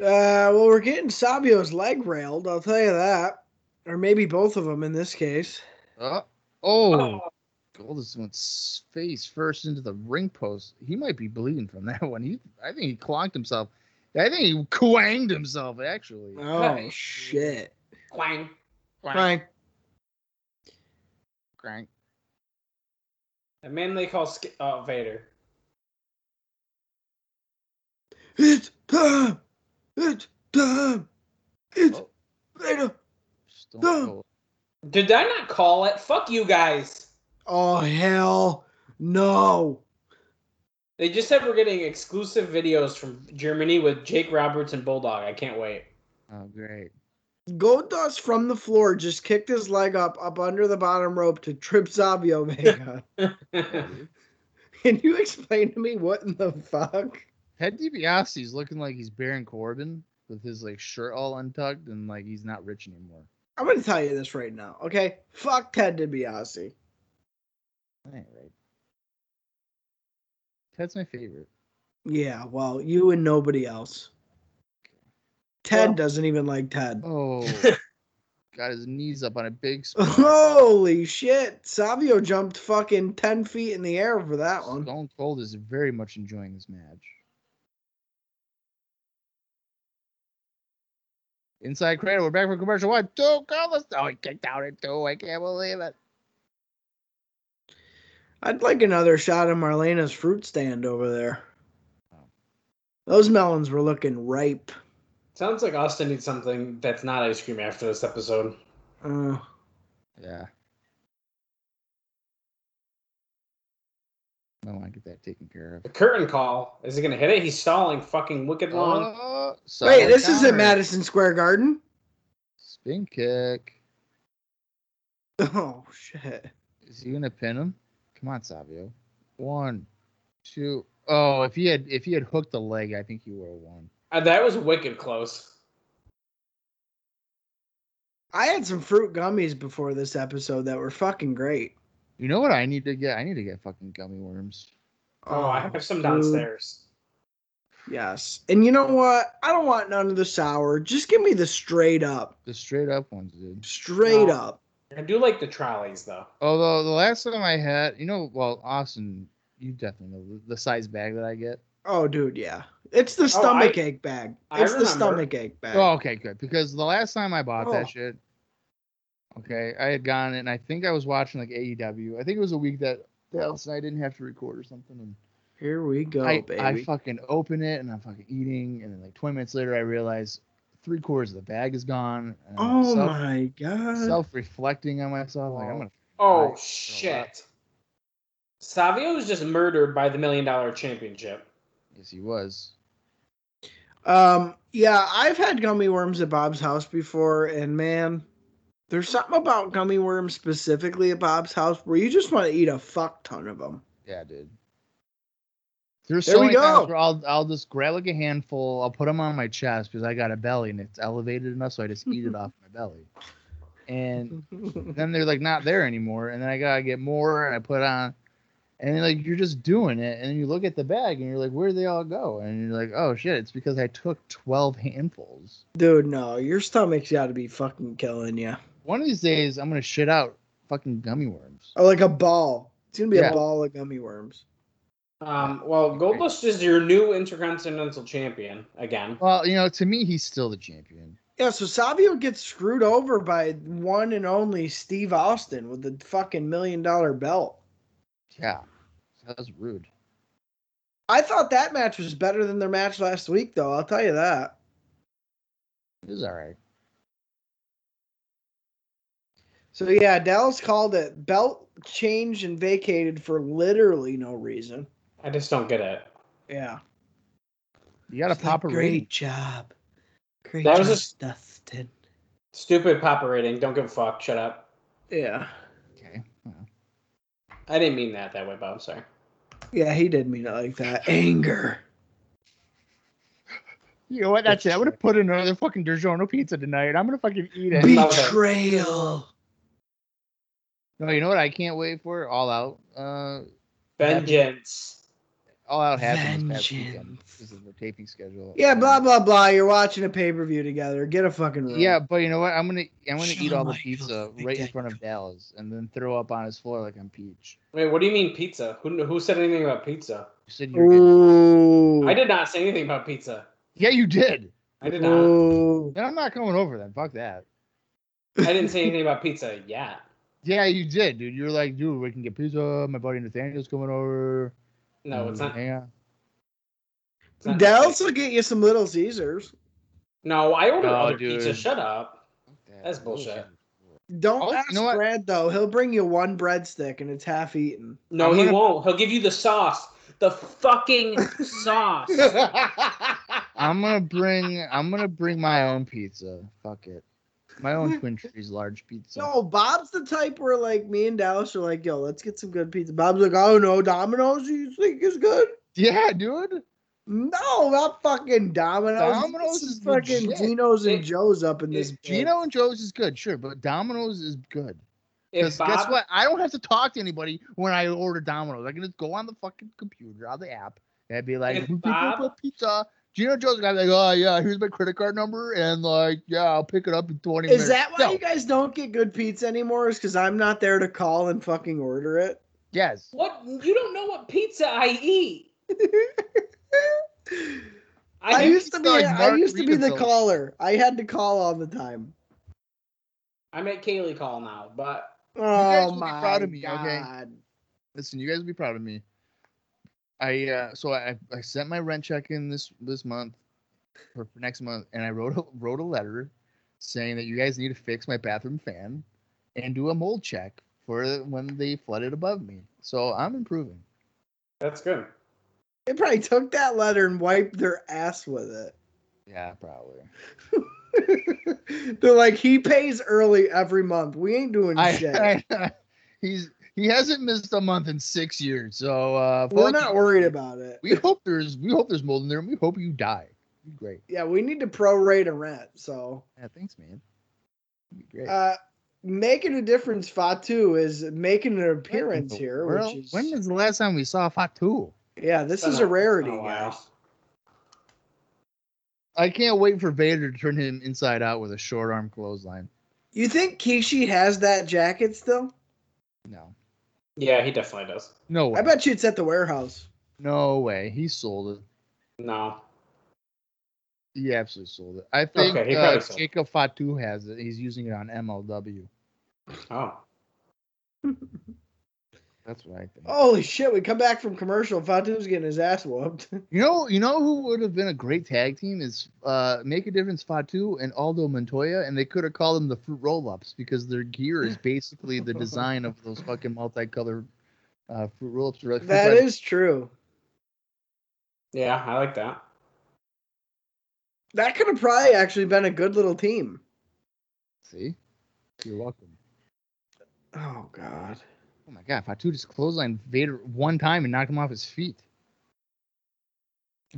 Uh, well, we're getting Sabio's leg railed. I'll tell you that, or maybe both of them in this case. Uh, oh, Goldust went s- face first into the ring post. He might be bleeding from that one. He, I think he clonked himself. I think he quanged himself actually. Oh shit! Quang. Frank, Crank. The man they call Sk- uh, Vader. it's time. It's time. It's Oh. later. Stone Huh. Cold. Did I not call it? Fuck you guys. Oh hell no! They just said we're getting exclusive videos from Germany with Jake Roberts and Bulldog. I can't wait. Oh great. Goldust from the floor just kicked his leg up up under the bottom rope to trip Sabio Vega. Can you explain to me what in the fuck? Ted DiBiase's looking like he's Baron Corbin with his like shirt all untucked and like he's not rich anymore. I'm gonna tell you this right now, okay? Fuck Ted DiBiase. That ain't right. Ted's my favorite. Yeah, well, you and nobody else. Ted doesn't even like Ted. Oh, got his knees up on a big spot. Holy shit! Savio jumped fucking ten feet in the air for that one. Stone Cold is very much enjoying this match. Inside Cradle, we're back from commercial. One, two, Carlos. Oh, he kicked out at two. I can't believe it. I'd like another shot of Marlena's fruit stand over there. Oh. Those melons were looking ripe. Sounds like Austin needs something that's not ice cream after this episode. Uh, Yeah. I want to get that taken care The curtain call. Is he going to hit it? He's stalling fucking wicked of. long. Oh, wait, solid this isn't counter. Madison Square Garden. Spin kick. Oh shit! Is he gonna pin him? Come on, Savio. One, two. Oh, if he had if he had hooked the leg, I think he would have won. Uh, that was wicked close. I had some fruit gummies before this episode that were fucking great. You know what I need to get? I need to get fucking gummy worms. Oh, I have some dude. downstairs. Uh, Yes. And you know what? I don't want none of the sour. Just give me the straight up. The straight up ones, dude. Straight No. up. I do like the trolleys, though. Although the last time I had, you know, well, Austin, you definitely know the size bag that I get. Oh, dude, yeah. It's the stomach ache bag. Oh, I It's the remember. stomach ache bag. Oh, okay, good. Because the last time I bought Oh. that shit, okay, I had gone and I think I was watching like AEW. I think it was a week that Dallas and I didn't have to record or something. And Here we go, I, baby. I fucking open it and I'm fucking eating, and then like 20 minutes later, I realize three quarters of the bag is gone. and I'm oh my god. Self reflecting on myself, like I'm gonna. Oh, Right. shit. Savio was just murdered by the Million Dollar Championship. Yes, he was. um, yeah, I've had gummy worms at Bob's house before, and man, there's something about gummy worms specifically at Bob's house where you just want to eat a fuck ton of them. Yeah, dude. There's There so we many times go. where I'll I'll just grab like a handful, I'll put them on my chest because I got a belly and it's elevated enough, so I just eat it off my belly. And then they're like not there anymore, and then I gotta get more, and I put on, and then, like you're just doing it, and then you look at the bag and you're like, where would they all go? And you're like, oh shit, it's because I took twelve handfuls. Dude, no, your stomach's got to be fucking killing you. One of these days, I'm gonna shit out fucking gummy worms. Or Oh, like a ball. It's gonna be Yeah. a ball of gummy worms. Um, well, Goldust is your new Intercontinental Champion again. Well, you know, to me, he's still the champion. Yeah, so Savio gets screwed over by one and only Steve Austin with the fucking million dollar belt. Yeah, that was rude. I thought that match was better than their match last week, though. I'll tell you that. It was all right. So yeah, Dallas called it belt changed and vacated for literally no reason. I just don't get it. Yeah, You got to It's like, pop a rating. job, great That was just- Dustin. Stupid Papa rating. Don't give a fuck. Shut up. Yeah, I didn't mean that that way, Bob. Sorry. Yeah, he did mean it like that. Anger. You know what? That's it. I'm gonna put in another fucking DiGiorno pizza tonight. I'm gonna fucking eat it. Be- love it. Betrayal. no, you know what? I can't wait for all out. Uh, Vengeance. all out happened this past weekend. Vengeance. This is the taping schedule. Um, Yeah, blah Bob. blah blah. You're watching a pay per view together. Get a fucking room. Yeah, but you know what? I'm gonna I'm gonna eat Shawn all the Michaels, pizza Big right in Daddy front of Dallas and then throw up on his floor like I'm Peach. Wait, what do you mean pizza? Who who said anything about pizza? You said you were good. Ooh. I did not say anything about pizza. Yeah, you did. I did not. Ooh. Then I'm not coming over then. Fuck that. I didn't say anything about pizza yet. Yeah, you did, dude. You're like, dude, we can get pizza. My buddy Nathaniel's coming over. No, and it's not. Hang out. It's not Dallas will get you some Little Caesars. No, I ordered No, other pizza. dude. Shut up. Fuck that. That's Those bullshit. shit. Don't Oh, you ask know what? Brad though. He'll bring you one breadstick and it's half eaten. No, I'm he gonna- won't. He'll give you the sauce. The fucking sauce. I'm gonna bring I'm gonna bring my own pizza. Fuck it. My own Twin Trees large pizza. No, Bob's the type where like me and Dallas are like, yo, let's get some good pizza. Bob's like, oh no, Domino's. You think is good? Yeah, dude. No, not fucking Domino's. Domino's This is fucking legit. Geno's and It- Joe's up in this. it- bitch. Gino and Joe's is good, sure, but Domino's is good. If Because Bob, guess what? I don't have to talk to anybody when I order Domino's. I can just go on the fucking computer, on the app, and I'd be like, If "Boop, boop, boop, Bob- boop, pizza. Gino Joe's gonna be like, oh yeah, here's my credit card number, and like, yeah, I'll pick it up in 20 minutes. Is that why No. you guys don't get good pizza anymore? Is because I'm not there to call and fucking order it. Yes. What? You don't know what pizza I eat. I, I, used to be like I used to be the margaritas, though. caller. I had to call all the time. I make Kaylee call now, but Oh will be my proud of me, god. okay? Listen, you guys will be proud of me. I uh, so I I sent my rent check in this this month or for next month, and I wrote a, wrote a letter saying that you guys need to fix my bathroom fan and do a mold check for when they flooded above me. So I'm improving. that's good. They probably took that letter and wiped their ass with Yeah, probably. it. They're like, he pays early every month. We ain't doing shit. I, I- he's he hasn't missed a month in six years, so uh, We're fuck not you. worried about it. We hope there's we hope there's mold in there, and we hope you die. Be great. Yeah, we need to prorate a rent. So Yeah, thanks, man. Be great. uh making a difference, Fatu is making an appearance Well, here, well, which is when was the last time we saw Fatu? yeah, this Been is a- a been rarity, while. guys. I can't wait for Vader to turn him inside out with a short arm clothesline. You think Kishi has that jacket still? No, Yeah, he definitely does. no way, I bet you it's at the warehouse. no way. He sold it. No, He absolutely sold it. I think Okay, he uh, probably sold it. Jacob Fatu has it. He's using it on MLW. oh, That's what I think. Holy shit, we come back from commercial. Fatu's getting his ass whooped. You know, you know who would have been a great tag team is uh, Make a Difference Fatu and Aldo Montoya, and they could have called them the Fruit Roll Ups because their gear is basically the design of those fucking multicolored uh, Fruit Roll Ups. that is true. yeah, I like that. That could have probably actually been a good little team. see, you're welcome. Oh god. Oh my god, Fatu just clotheslined Vader one time and knocked him off his feet.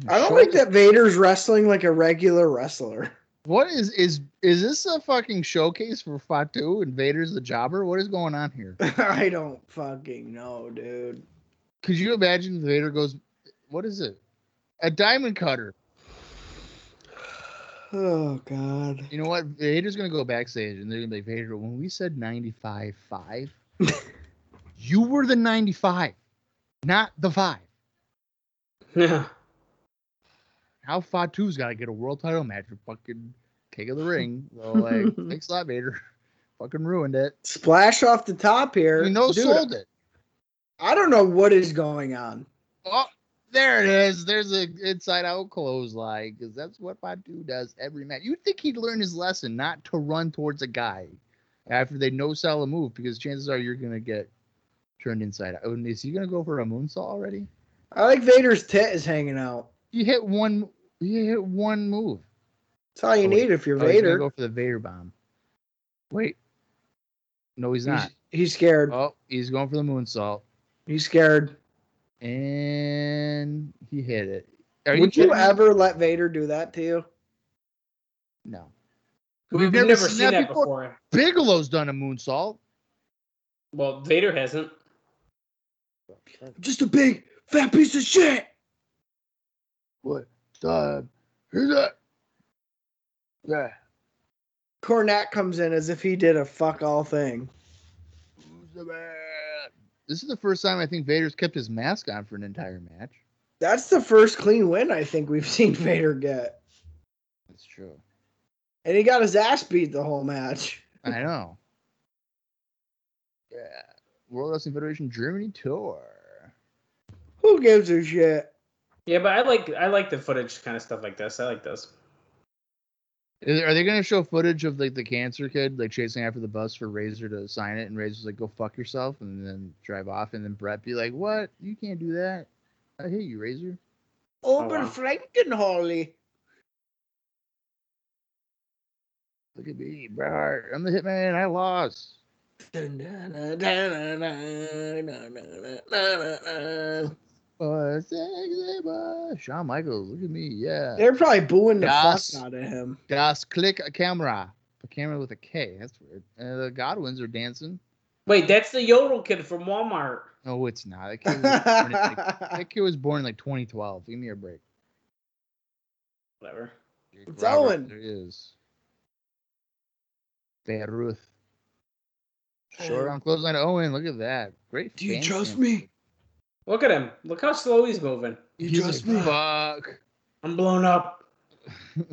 I don't like that Vader's wrestling like a regular wrestler. What is is is this a fucking showcase for Fatu and Vader's the jobber? What is going on here? I don't fucking know, dude. Could you imagine Vader goes, what is it? A diamond cutter. Oh god. You know what? Vader's gonna go backstage and they're gonna be like, Vader, when we said 95 5, you were the 95, not the 5. How Fatu's gotta get a world title match for fucking King of the Ring. So like, thanks a lot, Vader. Fucking ruined it. Splash off the top here. You know, Dude, sold it. I don't know what is going on. Oh, there it is. There's a inside out clothesline because that's what Fatu does every match. You'd think he'd learn his lesson not to run towards a guy after they no sell a move because chances are you're gonna get turned inside out. Oh, and is he gonna go for a moonsault already? I like Vader's tit is hanging out. He hit one. He hit one move. That's all you Oh, wait. need if you're Oh, he's gonna Vader. go for the Vader bomb. Wait. No, he's not. He's, he's scared. Oh, he's Oh, going for the moonsault. You scared? and he hit it. Are Would you kidding me? ever let Vader do that to you? No. We've, never, seen, that, before. Bigelow's done a moonsault. Well, Vader hasn't. Just a big fat piece of shit. What the? Who's that? Yeah. Cornette comes in as if he did a fuck all thing. Who's the man? This is the first time I think Vader's kept his mask on for an entire match. That's the first clean win I think we've seen Vader get. That's true. And he got his ass beat the whole match. I know. Yeah. World Wrestling Federation Germany tour. Who gives a shit? Yeah, but I like I like the footage kind of stuff like this. I like this. Is- Are they going to show footage of like the cancer kid like chasing after the bus for Razor to sign it, and Razor's like, "Go fuck yourself," and then drive off, and then Brett be like, "What? You can't do that. I hate you, Razor." Oh, wow. Oberfrankenholly. Look at me, Bret Hart. I'm the hitman. I lost. Uh, sexy boy. Shawn Michaels, look at me, yeah. They're probably booing the Yes. fuck out of him. Das click a camera, a camera with a K. That's weird. Uh, the Godwins are dancing. Wait, that's the yodel kid from Walmart. No, it's not. That kid was born in, like, that kid was born in like 2012. Give me a break. Whatever. Jake It's Roberts, Owen. There is. Beruth. Short on clothesline to Owen. Look at that. Great. Do you fan trust sampling. me? Look at him. Look how slow he's moving. You He's trust like, me? Fuck. I'm blown up. Oh,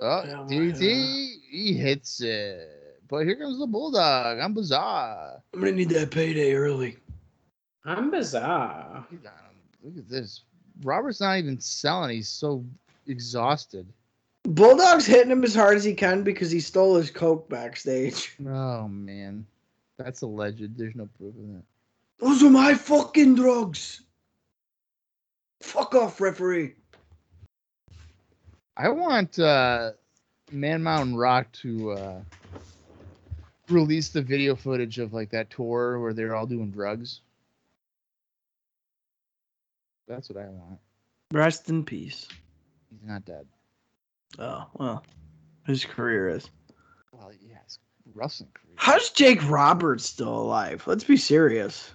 Oh my DDT. He hits it. But here comes the Bulldog. I'm bizarre. I'm gonna need that payday early. I'm bizarre. Look at him. Look at this. Robert's not even selling. He's so exhausted. Bulldog's hitting him as hard as he can because he stole his coke backstage. Oh man, that's alleged. There's no proof of that. Those are my fucking drugs. Fuck off, referee. I want uh, Man Mountain Rock to uh, release the video footage of like that tour where they're all doing drugs. That's what I want. Rest in peace. He's not dead. Oh well, his career is. Well, yes, wrestling career. How's Jake Roberts still alive? Let's be serious.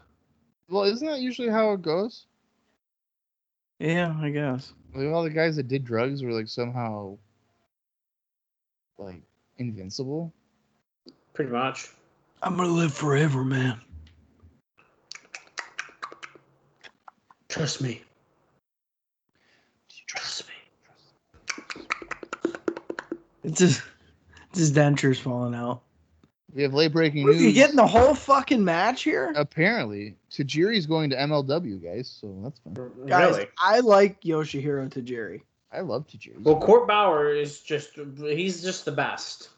Well, isn't that usually how it goes? Yeah, I guess. Like all the guys that did drugs were like somehow like invincible. Pretty much. I'm gonna live forever, man. Trust me. Trust me. It's his, it's his dentures falling out. We have late breaking What, news. are you getting the whole fucking match here? Oh, apparently Tajiri's going to MLW, guys. So that's fun. Guys, Really? I like Yoshihiro Tajiri. I love Tajiri. Well, Court Bauer is just—he's just the best.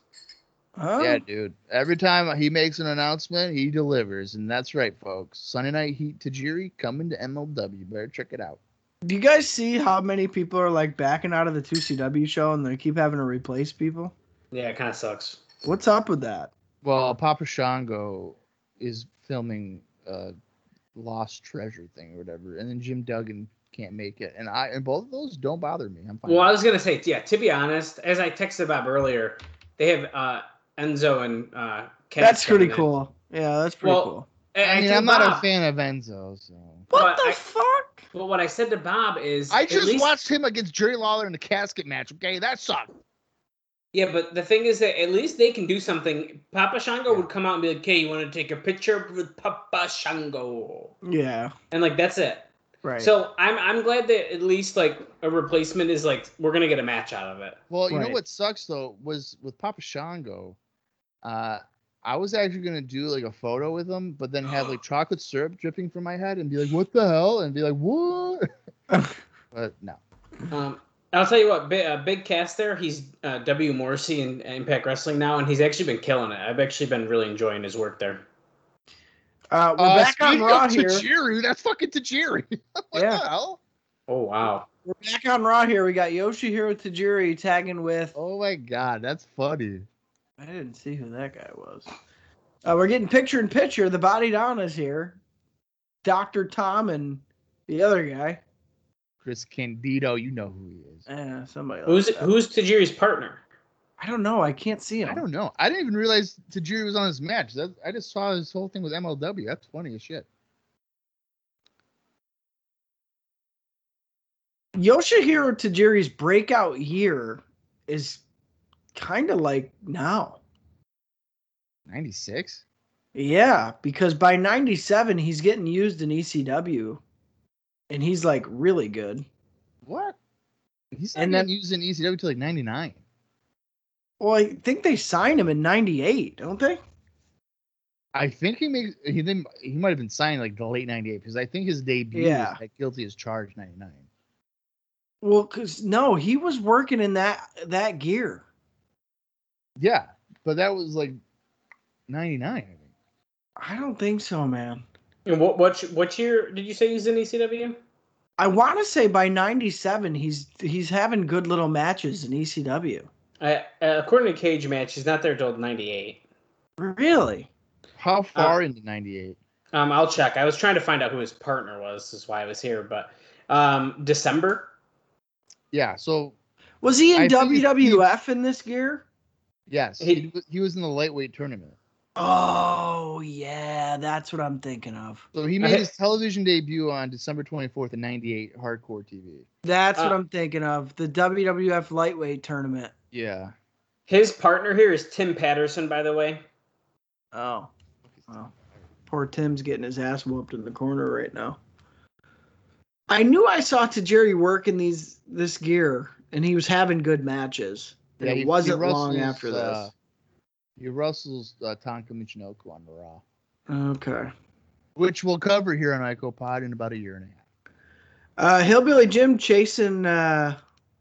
Huh? Oh. yeah, dude. Every time he makes an announcement, he delivers, and that's right, folks. Sunday Night Heat Tajiri coming to MLW. Better check it out. Do you guys see how many people are like backing out of the 2CW show and they keep having to replace people? Yeah, it kind of sucks. What's up with that? Well, Uh, Papa Shango is filming a lost treasure thing or whatever, and then Jim Duggan can't make it, and I and both of those don't bother me. I'm fine. Well, I with was gonna say, yeah. To be honest, as I texted Bob earlier, they have uh, Enzo and uh, Ken that's coming pretty in. cool. Yeah, that's pretty Well, cool. And it. I mean, told I'm not Bob- a fan of Enzo, so. What but the I- fuck? But what I said to Bob is, I at just least- watched him against Jerry Lawler in the casket match. Okay, that sucked. Yeah, but the thing is that at least they can do something. Papa Shango Yeah. would come out and be like, "Hey, you want to take a picture with Papa Shango?" Yeah, And like that's it. right. So I'm I'm glad that at least like a replacement is like we're gonna get a match out of it. Well, you know Right. what sucks though was with Papa Shango, uh, I was actually gonna do like a photo with him, but then have like chocolate syrup dripping from my head and be like, "What the hell?" and be like, "What?" but no, Um, I'll tell you what, big, uh, big cast there. He's uh, W. Morrissey in Impact Wrestling now, and he's actually been killing it. I've actually been really enjoying his work there. uh, we're Uh, back on speaking of Raw here. Tajiri, that's fucking Tajiri. what Yeah. the hell? Oh wow! We're back on Raw here. We got Yoshihiro Tajiri tagging with. oh, Oh my god, that's funny. I didn't see who that guy was. Uh, we're getting picture in picture. The body Don is here. Dr. Tom and the other guy. Chris Candido, you know who he is. Uh, somebody like Who's that. who's Tajiri's partner? I don't know. I can't see him. I don't know. I didn't even realize Tajiri was on his match. That, I just saw his whole thing with MLW. That's funny as shit. Yoshihiro Tajiri's breakout year is kind of like now. 96? Yeah, because by 97, he's getting used in ECW and he's like really good. What? He's not And and then- then using ECW till like 99. Well, I think they signed him in 98, don't they? I think he makes he then he might have been signed like the late 98 because I think his debut Yeah. was at Guilty as Charged 99. Well, cuz no, he was working in that that gear. Yeah, but that was like 99, I think. I don't think so, man. And what what what year did you say he's in E ECW? I want to say by 97 he's he's having good little matches in E ECW. Uh, uh, according to Cage Match, he's not there till '98. Really? How far into 98? Um, I'll check. I was trying to find out who his partner was. This is why I was here. But um, December. Yeah, so Was he in I think it's- WWF in this gear? yes, He- he, was- he was in the lightweight tournament. Oh, yeah, that's what I'm thinking of. So he made his television debut on December 24th in 98 Hardcore TV. That's what Uh, I'm thinking of. The WWF lightweight tournament. Yeah. His partner here is Tim Patterson, by the way. Oh, Wow. poor Tim's getting his ass whooped in the corner right now. I knew I saw Tajiri work in these this gear, and he was having good matches. And Yeah, it he- he wasn't long wrestles, after this. uh, He wrestles uh, Tonka Michinoku on the Raw, uh, okay. which we'll cover here on IcoPod in about a year and a half. Uh, Hillbilly Jim chasing uh,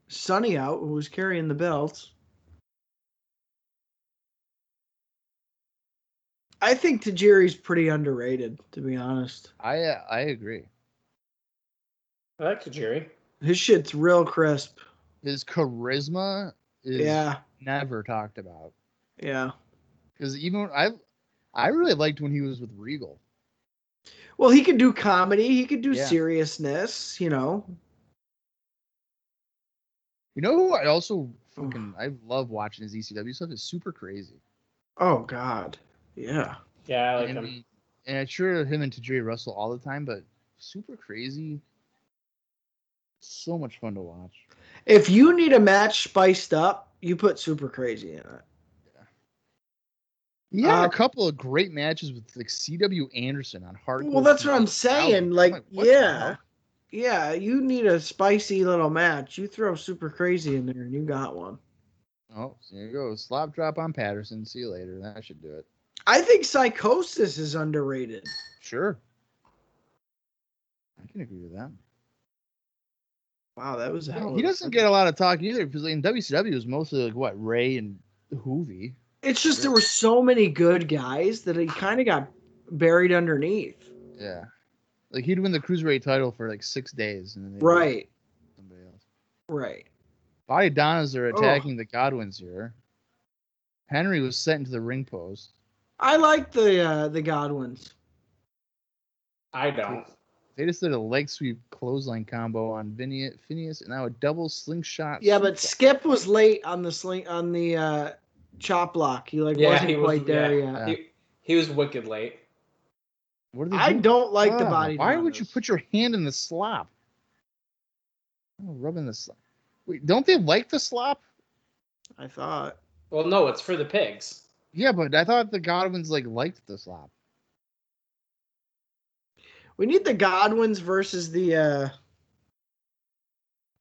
Sonny out, who was carrying the belt. I think Tajiri's pretty underrated, to be honest. I uh, I agree. I like Tajiri. His shit's real crisp. His charisma is Yeah, never talked about yeah. because even when I I really liked when he was with Regal. Well, he could do comedy. He could do Yeah. seriousness. You know, You know who I also fucking I love watching his ECW stuff is super crazy. Oh God, yeah. Yeah, I like and, him. and I'm sure him and Tajiri wrestle all the time, but super crazy. So much fun to watch. If you need a match spiced up, you put Super Crazy in it. He had Uh, a couple of great matches with like CW Anderson on hardcore. Well, that's what I'm TV. saying. I'm Like, what the yeah, hell? yeah. You need a spicy little match. You throw Super Crazy in there, and you got one. Oh, so there you go. Slop drop on Patterson. See you later. That should do it. I think Psychosis is underrated. Sure. I can agree with that. Wow, that was a hell. He of a- doesn't get a lot of talk either because in WCW it was mostly like what Ray and Hoovy. It's just there were so many good guys that he kind of got buried underneath. Yeah. Like he'd win the cruiserweight title for like six days and then they'd Right, somebody else. right. Body Donnas are Oh. attacking the Godwins here. Henry was sent into the ring post. I like the uh, the Godwins. I don't. They just did a leg sweep clothesline combo on Vinny- Phineas and now a double slingshot. Yeah, but suplex. Skip was late on the sling on the uh, chop block. He like Yeah, wasn't he was- quite there yeah. yet. Yeah. He, he was wicked late. what are I doing? don't like the Ah, body. Why would you Donnas. put your hand in the slop? Oh, rubbing the slop. Wait, don't they like the slop? I thought. Well, no, it's for the pigs. Yeah, but I thought the Godwins like liked the slop. We need the Godwins versus the uh,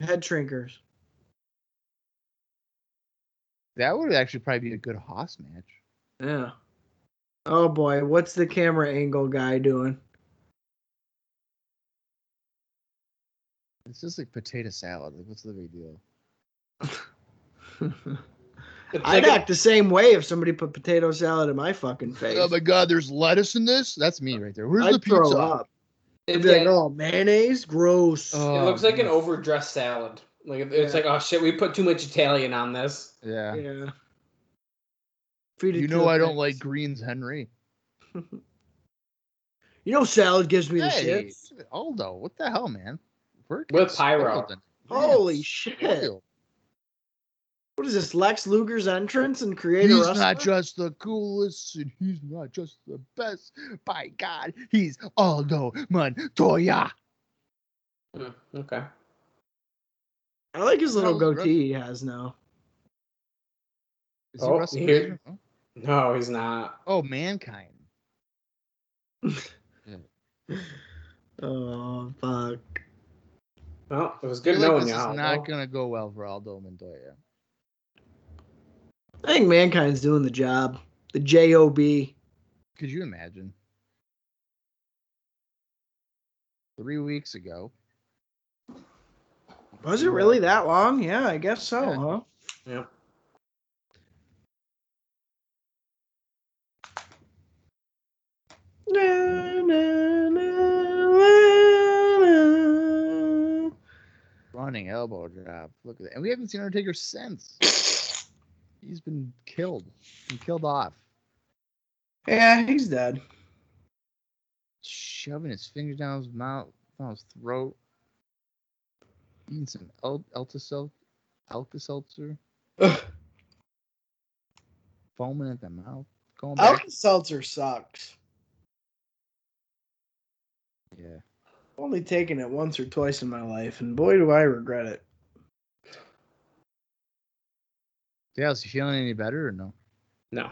head shrinkers. That would actually probably be a good Haas match. Yeah. Oh boy, what's the camera angle guy doing? It's just like potato salad. Like, what's the big deal? It's I'd like a- act the same way if somebody put potato salad in my fucking face. Oh my god, there's lettuce in this? That's me right there. Where's I'd the pizza? throw up. I'd it's be like, like- oh mayonnaise, gross. Oh, It looks like an man. overdressed salad. Like it- it's Yeah. like, oh shit, we put too much Italian on this. Yeah. yeah. Feed it You to know the I don't pigs. like greens, Henry. You know, salad gives me the Hey, shits. Aldo, what the hell, man? We're With getting pyro. spoiled in- Holy Yeah, shit! spoiled. What is this, Lex Luger's entrance and create a He's wrestler? not just the coolest, and he's not just the best. By God, he's Aldo Montoya. Hmm, Mm, okay. I like his little Charles goatee he has now. Is he Oh, wrestling? here- right now? No, he's not. Oh, mankind. Oh fuck! Well, it was I good feel like knowing this y'all. is not gonna go well for Aldo Montoya. I think mankind's doing the job. The job. Could you imagine? Three weeks ago. Was it really that long? Yeah, I guess so, Yeah. huh? Yeah. Na, na, na, na, na. Running elbow drop. Look at that. And we haven't seen Undertaker since. He's been killed. Been killed off. Yeah, he's dead. Shoving his fingers down his mouth, down his throat. Eating some El- Elta Seltzer. Ugh. Foaming at the mouth. Going back. Alka Seltzer sucks. Yeah. I've only taken it once or twice in my life, and boy, do I regret it. Dallas, you feeling any better or no? No.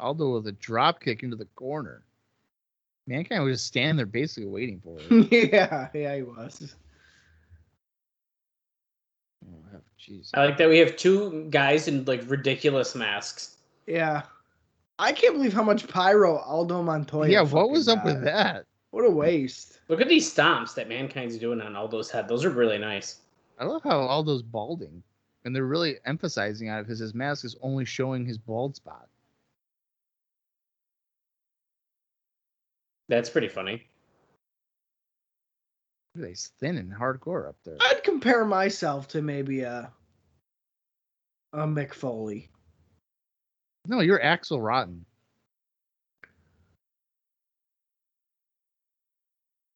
Aldo with a drop kick into the corner. Mankind was just standing there basically waiting for it. yeah, yeah, he was. Oh, hell, Jeez. I like that we have two guys in like ridiculous masks. Yeah. I can't believe how much pyro Aldo Montoya. yeah, what was fucking up got. uh, with that? What a waste. Look at these stomps that Mankind's doing on Aldo's head. Those are really nice. I love how Aldo's balding, and they're really emphasizing on it because his mask is only showing his bald spot. That's pretty funny. Look at that, He's thin and hardcore up there. I'd compare myself to maybe a a McFoley. No, you're Axel Rotten.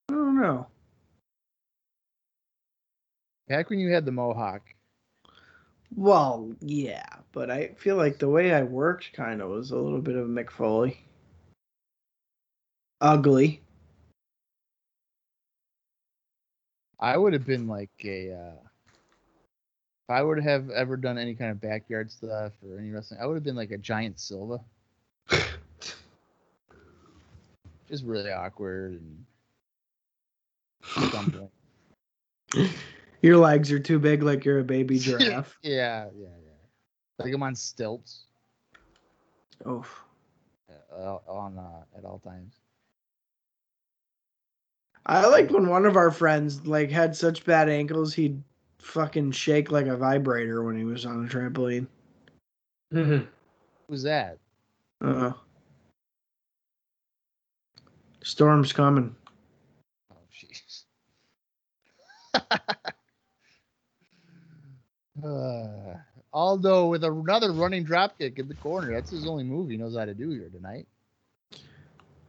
I don't know. Back when you had the mohawk, Well, yeah, but I feel like the way I worked kind of was a little bit of a McFoley. Ugly. I would have been like a. Uh, if I would have ever done any kind of backyard stuff or any wrestling, I would have been like a giant Silva. Just really awkward and stumbling. Your legs are too big like you're a baby giraffe. yeah, yeah, yeah. Like I'm on stilts oh. uh, on uh, at all times. I liked when one of our friends like had such bad ankles he'd fucking shake like a vibrator when he was on a trampoline. Mm-hmm. Who's that? Uh Storm's coming. Oh, jeez. uh, Aldo with another running dropkick in the corner. That's his only move he knows how to do here tonight.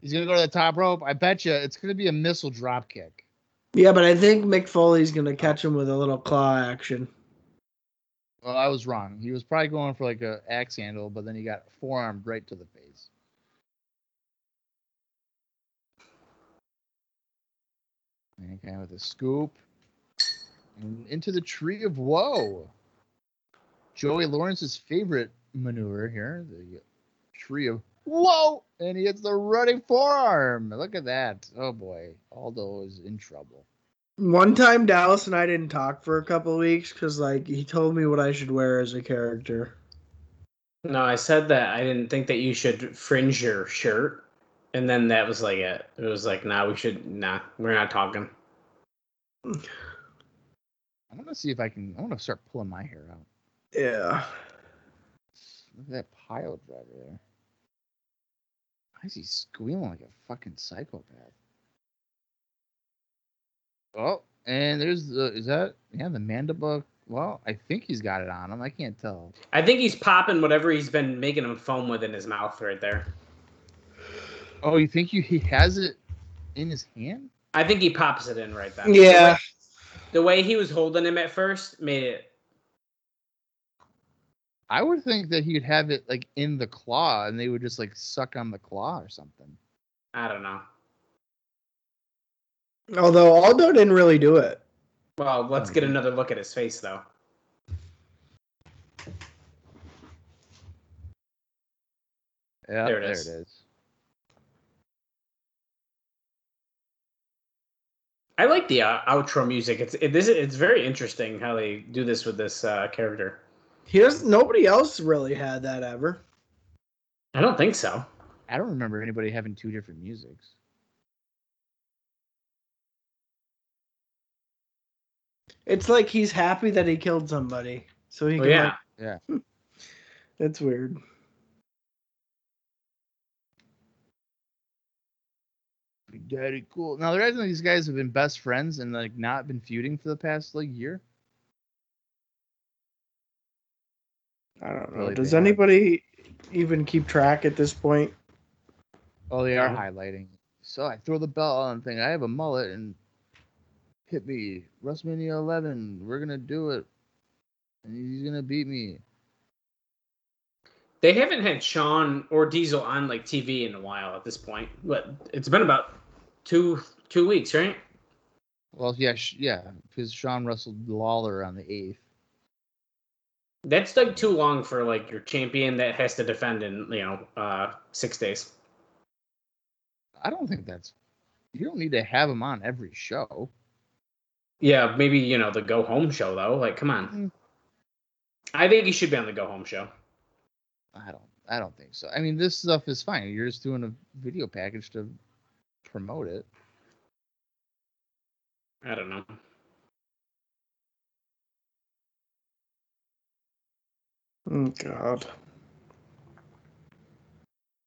He's gonna go to the top rope. I bet you it's gonna be a missile dropkick. Yeah, but I think Mick Foley's gonna catch him with a little claw action. Well, I was wrong. He was probably going for like a axe handle, but then he got forearmed right to the face. Okay, with a scoop. And into the tree of woe. Joey Lawrence's favorite maneuver here, the tree of woe. And he hits the running forearm. Look at that. Oh boy. Aldo is in trouble. One time Dallas and I didn't talk for a couple of weeks because like he told me what I should wear as a character. No, I said that I didn't think that you should fringe your shirt, and then that was like it. It was like, nah, we should, nah, we're not talking. I'm gonna see if I can I'm gonna start pulling my hair out. Yeah. Look at that pile driver there. Why is he squealing like a fucking psychopath? Oh, and there's the is that yeah the mandible. Well, I think he's got it on him. I can't tell. I think he's popping whatever he's been making him foam with in his mouth right there. Oh, you think you, he has it in his hand? I think he pops it in right then. Yeah. The way he was holding him at first made it. I would think that he'd have it like in the claw, and they would just like suck on the claw or something. I don't know. Although Aldo didn't really do it. Well, let's get another look at his face though. Yeah, There it There is. it is. I like the uh, outro music. It's it, this it's very interesting how they do this with this uh, character. He doesn't. Nobody else really had that ever. I don't think so. I don't remember anybody having two different musics. It's like he's happy that he killed somebody, so he. Oh, can, yeah. like- that's weird. Big Daddy Cool. Now, the reason these guys have been best friends and like not been feuding for the past like year. I don't know. Really Does bad. anybody even keep track at this point? Oh, they are Yeah. highlighting. So I throw the bell on thing. I have a mullet and hit me. WrestleMania 11. We're gonna do it, and he's gonna beat me. They haven't had Sean or Diesel on like TV in a while at this point. But it's been about two two weeks, right? Well, yeah, sh- yeah, because Sean wrestled Lawler on the eighth. That's like too long for like your champion that has to defend in you know uh, six days. I don't think that's. You don't need to have him on every show. Yeah, maybe you know the go home show though. Like, come on. Mm. I think he should be on the go home show. I don't. I don't think so. I mean, this stuff is fine. You're just doing a video package to promote it. I don't know. Oh God.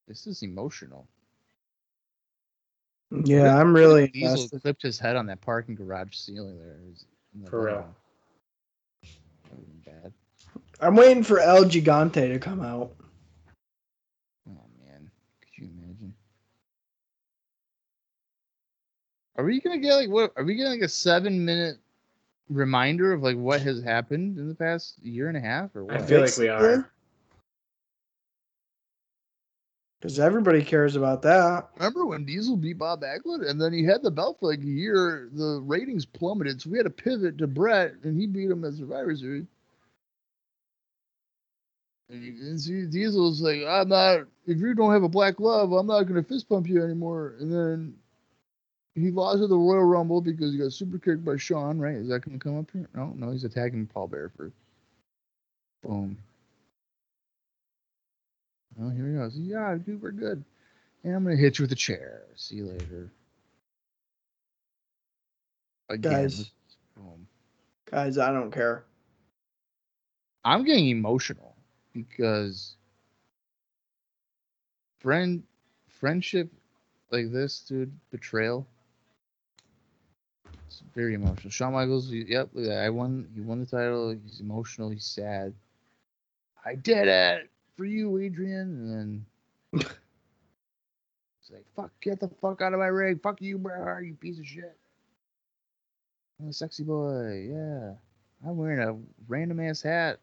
This is emotional. Yeah, I'm really Diesel invested. clipped his head on that parking garage ceiling there. It was- in the For real. video. That would've been Bad. I'm waiting for El Gigante to come out. Oh man, could you imagine? Are we gonna get like what? Are we getting like a seven minute reminder of like what has happened in the past year and a half or what? I feel like we are. Because everybody cares about that. Remember when Diesel beat Bob Backlund and then he had the belt for like a year, the ratings plummeted, so we had to pivot to Brett and he beat him at Survivor Series. And you can see Diesel's like, I'm not if you don't have a black glove, I'm not gonna fist pump you anymore. And then he lost at the Royal Rumble because he got super kicked by Sean, right? Is that gonna come up here? No, no, he's attacking Paul Bearford. Boom. Well, here he goes. Yeah, dude, we're good. And I'm gonna hit you with a chair. See you later. Again. Guys. Boom. Guys, I don't care. I'm getting emotional because friend friendship like this, dude, betrayal. It's very emotional. Shawn Michaels, y- yep, look at that. I won. He won the title. He's emotional. He's sad. I did it for you, Adrian. And then he's like, "Fuck, get the fuck out of my ring. Fuck you, Bret Hart, you piece of shit." I'm a sexy boy. Yeah, I'm wearing a random ass hat.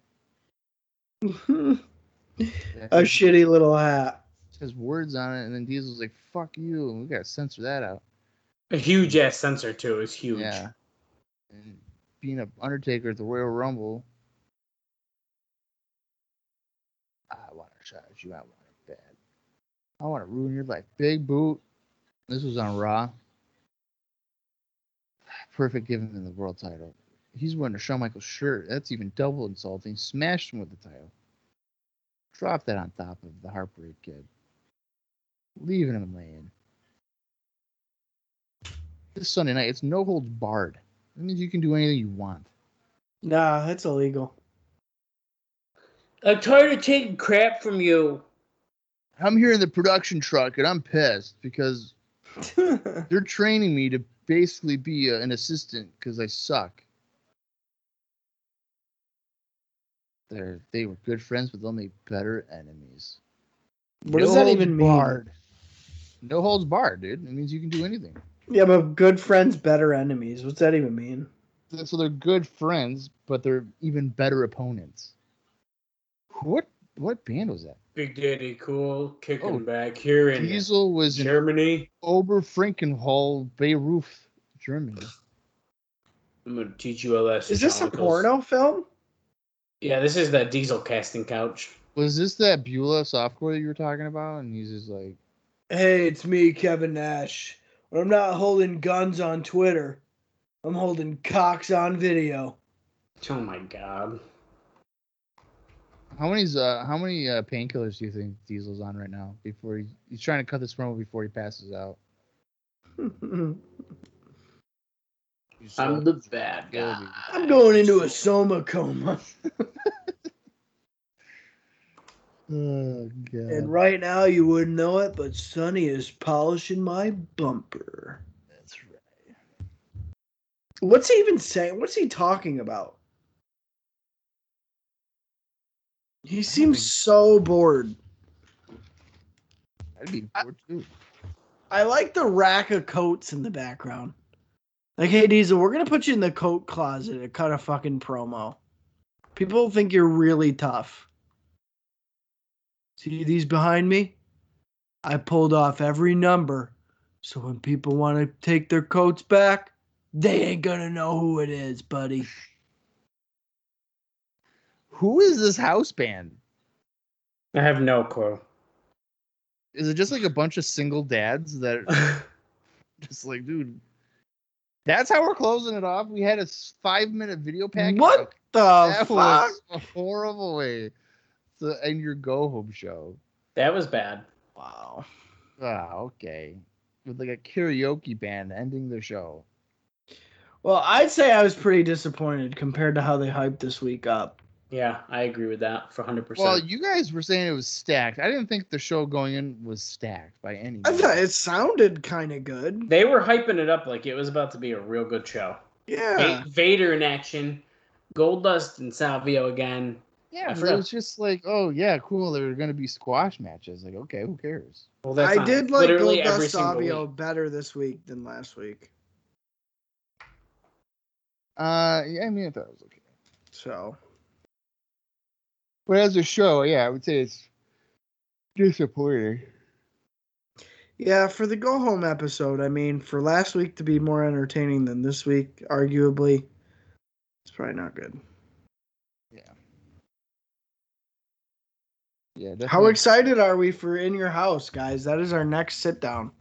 a that has- shitty little hat. has words on it, and then Diesel's like, "Fuck you," and we gotta censor that out. A huge ass sensor too is huge. Yeah. And being a Undertaker at the Royal Rumble, I want to shot you. I want it bad. I want to ruin your life. Big boot. This was on Raw. Perfect giving him the world title. He's wearing a Shawn Michaels shirt. That's even double insulting. Smashed him with the title. Drop that on top of the Heartbreak Kid. Leaving him laying. This Sunday night, it's no holds barred. That means you can do anything you want. Nah, that's illegal. I'm tired of taking crap from you. I'm here in the production truck and I'm pissed because they're training me to basically be a, an assistant because I suck. They're, they were good friends, but they'll make better enemies. What does that No even mean? barred. no holds barred, dude. It means you can do anything. Yeah, but good friends, better enemies. What's that even mean? So they're good friends, but they're even better opponents. What what band was that? Big Daddy Cool kicking Oh, back here in Diesel was in Germany. Oberfrankenhall, Bayreuth, Germany. I'm gonna teach you a lesson. Is this a Chronicles. porno film? Yeah, this is that diesel casting couch. Was this that Beulah softcore that you were talking about? And he's just like, Hey, it's me, Kevin Nash. When I'm not holding guns on Twitter, I'm holding cocks on video. Oh my god. how many's uh, how many uh, painkillers do you think Diesel's on right now? Before he, he's trying to cut this promo before he passes out. I'm He's I'm so- the bad guy. guy. going into a soma coma. Oh god. And right now, you wouldn't know it, but Sonny is polishing my bumper. That's right. What's he even saying? What's he talking about? He seems so bored. I'd be bored too. I like the rack of coats in the background. Like, hey, Diesel, we're going to put you in the coat closet to cut a fucking promo. People think you're really tough. See these behind me? I pulled off every number. So when people want to take their coats back, they ain't going to know who it is, buddy. Who is this house band? I have no clue. Is it just like a bunch of single dads that are just like, dude? That's how we're closing it off. We had a five minute video package. What the that fuck? was a horrible way to end your go home show. that was bad. Wow. Ah, okay. With like a karaoke band ending the show. Well, I'd say I was pretty disappointed compared to how they hyped this week up. Yeah, I agree with that for 100%. Well, you guys were saying it was stacked. I didn't think the show going in was stacked by any. I means. thought it sounded kind of good. they were hyping it up like it was about to be a real good show. Yeah. Va- Vader in action, Goldust and Salvio again. Yeah, I but it forgot. was just like, oh yeah, cool. There are going to be squash matches. Like, okay, who cares? Well, that's I not- did like literally every Goldust single Savio week. better this week than last week. Uh, yeah, I mean, I thought it was okay. So, But as a show, yeah, I would say it's disappointing. yeah, for the go home episode, I mean, for last week to be more entertaining than this week, arguably, it's probably not good. Yeah. Definitely. How excited are we for In Your House, guys? That is our next sit down.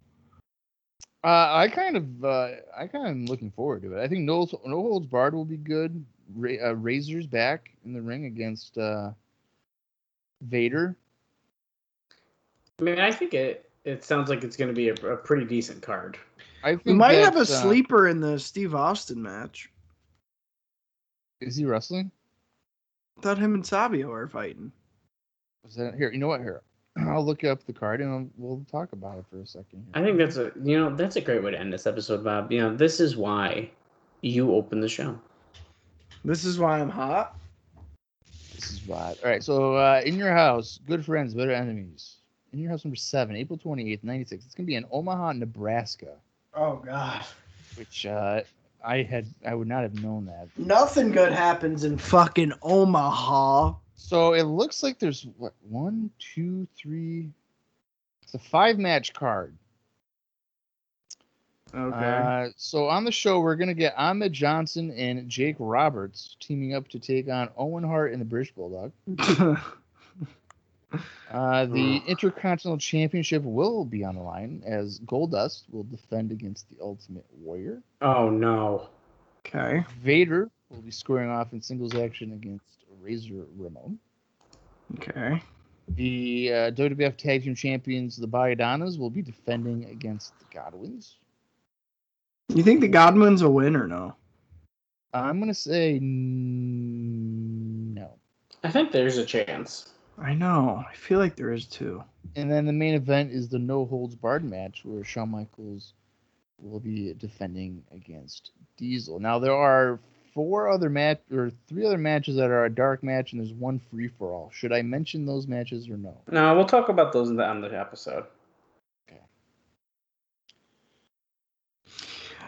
Uh, I kind of, uh, I kind of am looking forward to it. I think No No Holds Barred will be good. Ra- uh, Razor's back in the ring against uh, Vader. I mean, I think it, it sounds like it's going to be a, a pretty decent card. I think We might have a that, uh, sleeper in the Steve Austin match. Is he wrestling? I thought him and Savio are fighting. Was that here? You know what? Here, I'll look up the card and we'll talk about it for a second. I Here. think that's a you know that's a great way to end this episode, Bob. You know this is why you open the show. This is why I'm hot. This is wild. All right, so uh, in your house, good friends, better enemies. In your house, number seven, April twenty eighth, ninety six. It's gonna be in Omaha, Nebraska, Oh god. which uh, I had I would not have known that. Nothing good happens in fucking Omaha. So it looks like there's what one, two, three. It's a five match card. Uh, so on the show, we're gonna get Ahmed Johnson and Jake Roberts teaming up to take on Owen Hart and the British Bulldog. Uh, the Ugh. Intercontinental Championship will be on the line as Goldust will defend against the Ultimate Warrior. Oh no! okay. Vader will be squaring off in singles action against Razor Ramon. Okay. The uh, WWF Tag Team Champions, the Bayadanas, will be defending against the Godwins. You think the Godwin's a win or no? I'm gonna say n- no. I think there's a chance. I know. I feel like there is too. And then the main event is the No Holds Barred match where Shawn Michaels will be defending against Diesel. Now there are four other match or three other matches that are a dark match and there's one free for all. Should I mention those matches or no? No, we'll talk about those in the, on the episode.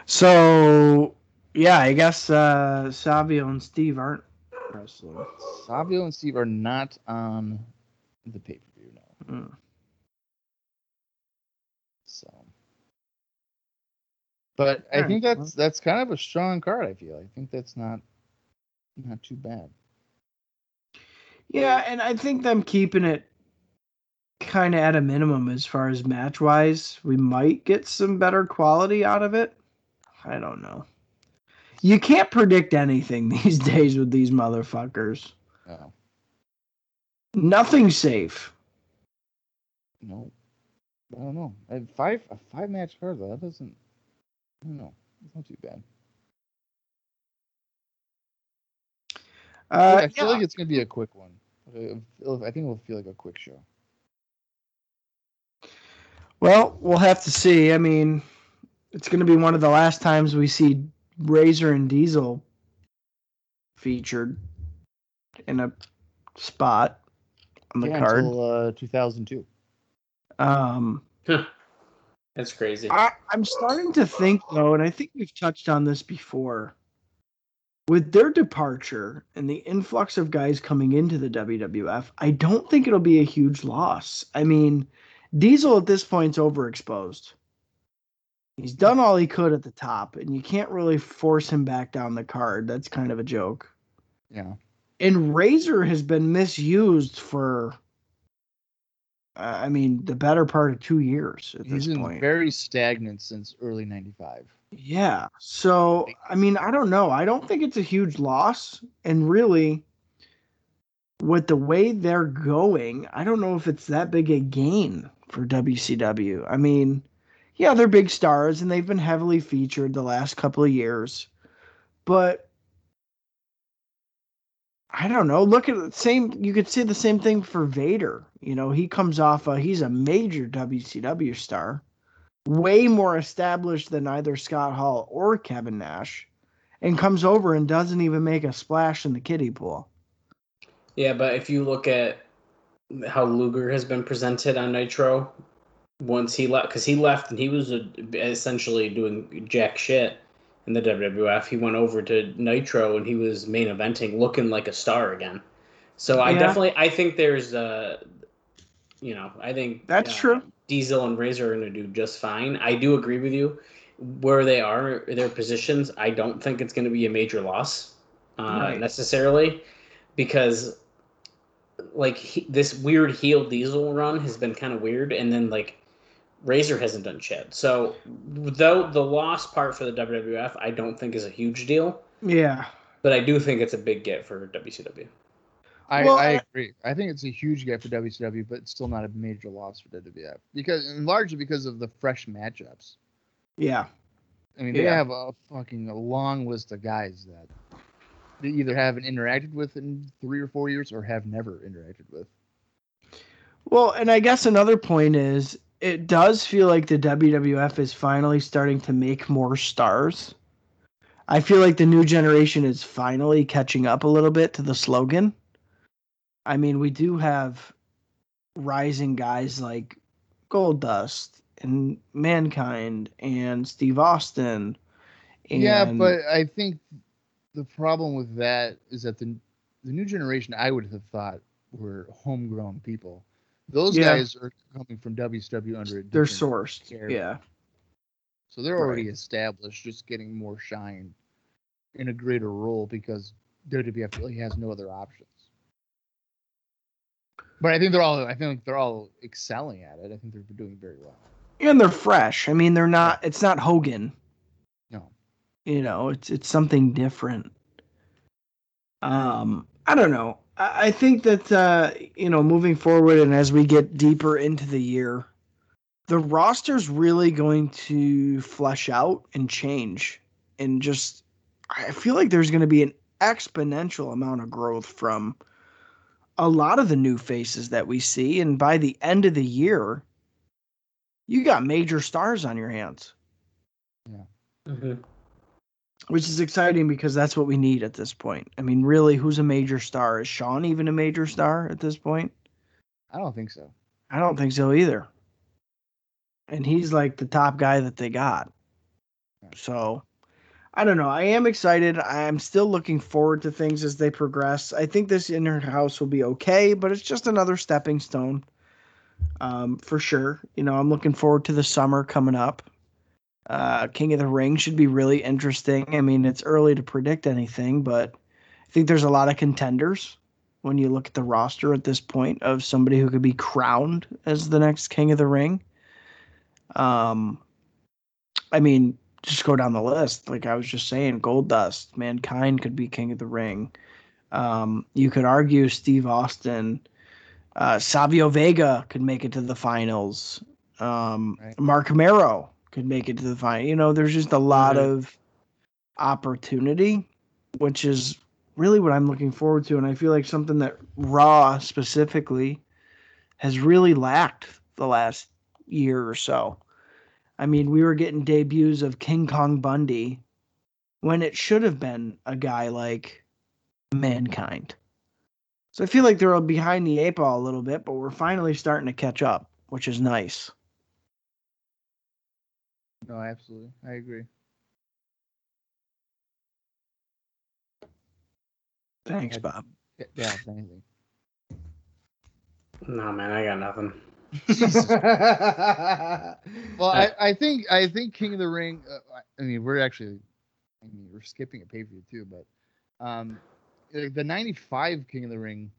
So yeah, I guess uh, Savio and Steve aren't wrestling. Savio and Steve are not on the pay per view now. Hmm. So, but I Alright, think well. that's that's kind of a strong card. I feel. I think that's not not too bad. Yeah, and I think them keeping it kind of at a minimum as far as match wise, we might get some better quality out of it. I don't know. You can't predict anything these days with these motherfuckers. No, Nothing's safe. no, I don't know. A five a five match card though. That doesn't. I don't know. It's not too bad. Uh, I feel yeah. like it's gonna be a quick one. I feel- I think it'll feel like a quick show. Well, we'll have to see. I mean, it's going to be one of the last times we see Razor and Diesel featured in a spot on the Yeah, card. until uh, 2002. Um, That's crazy. I, I'm starting to think though, and I think we've touched on this before. With their departure and the influx of guys coming into the WWF, I don't think it'll be a huge loss. I mean, Diesel at this point's overexposed. He's done all he could at the top, and you can't really force him back down the card. That's kind of a joke. Yeah. And Razor has been misused for, uh, I mean, the better part of two years at He's this been point. very stagnant since early 95. Yeah. So, I mean, I don't know. I don't think it's a huge loss. And really, with the way they're going, I don't know if it's that big a gain for WCW. I mean, yeah, they're big stars and they've been heavily featured the last couple of years. But I don't know. Look at the same you could say the same thing for Vader. You know, he comes off a, he's a major WCW star way more established than either Scott Hall or Kevin Nash, and comes over and doesn't even make a splash in the kiddie pool. Yeah, but if you look at how Luger has been presented on Nitro, once he left, because he left and he was uh essentially doing jack shit in the WWF, he went over to Nitro and he was main eventing, looking like a star again. So I Yeah. definitely, I think there's, uh, you know, I think That's uh, true. Diesel and Razor are going to do just fine. I do agree with you. Where they are, their positions, I don't think it's going to be a major loss uh, Right. necessarily because, like, he, this weird heel diesel run has been kind of weird. And then, like, Razor hasn't done shit. So, though the loss part for the WWF, I don't think is a huge deal, Yeah. but I do think it's a big get for WCW. I, Well, I I- agree. I think it's a huge gap for WCW, but it's still not a major loss for WWF because, and largely because of the fresh matchups. Yeah. I mean, they Yeah. have a fucking a long list of guys that they either haven't interacted with in three or four years or have never interacted with. Well, and I guess another point is it does feel like the WWF is finally starting to make more stars. I feel like the new generation is finally catching up a little bit to the slogan. I mean, we do have rising guys like Gold Dust and Mankind and Steve Austin. And yeah, but I think the problem with that is that the the new generation I would have thought were homegrown people. Those Yeah. guys are coming from WCW under a they're different- sourced. care. Yeah. So they're already established, just getting more shine in a greater role because WWF really E has no other options. But I think they're all I think they're all excelling at it. I think they're doing very well. And they're fresh. I mean, they're not it's not Hogan. No. you know it's it's something different um i don't know i, I think that uh you know moving forward and as we get deeper into the year the roster's really going to flesh out and change and just i feel like there's going to be an exponential amount of growth from a lot of the new faces that we see and by the end of the year you got major stars on your hands which is exciting because that's what we need at this point. I mean, really, who's a major star? Is Sean even a major star at this point? I don't think so. I don't think so either. And he's like the top guy that they got. So I don't know. I am excited. I'm still looking forward to things as they progress. I think this inner house will be okay, but it's just another stepping stone. Um, for sure. You know, I'm looking forward to the summer coming up. Uh, King of the Ring should be really interesting. I mean, it's early to predict anything, but I think there's a lot of contenders when you look at the roster at this point of somebody who could be crowned as the next King of the Ring. Um, I mean, just go down the list. Like I was just saying, Gold Dust, Mankind could be King of the Ring. Um, you could argue Steve Austin, uh, Savio Vega could make it to the finals. Um, Right. Mark Mero could make it to the final. You know, there's just a lot Mhm. of opportunity, which is really what I'm looking forward to. And I feel like something that Raw specifically has really lacked the last year or so. I mean, we were getting debuts of King Kong Bundy when it should have been a guy like Mankind. So I feel like they're behind the eight ball a little bit, but we're finally starting to catch up, which is nice. No, absolutely. I agree. Thanks, Had- Bob. Yeah, yeah, if anything. No, man, I got nothing. Uh, Well, I, I think I think King of the Ring. Uh, I mean, we're actually, I mean, we're skipping a pay per view too, but um, like the '95 King of the Ring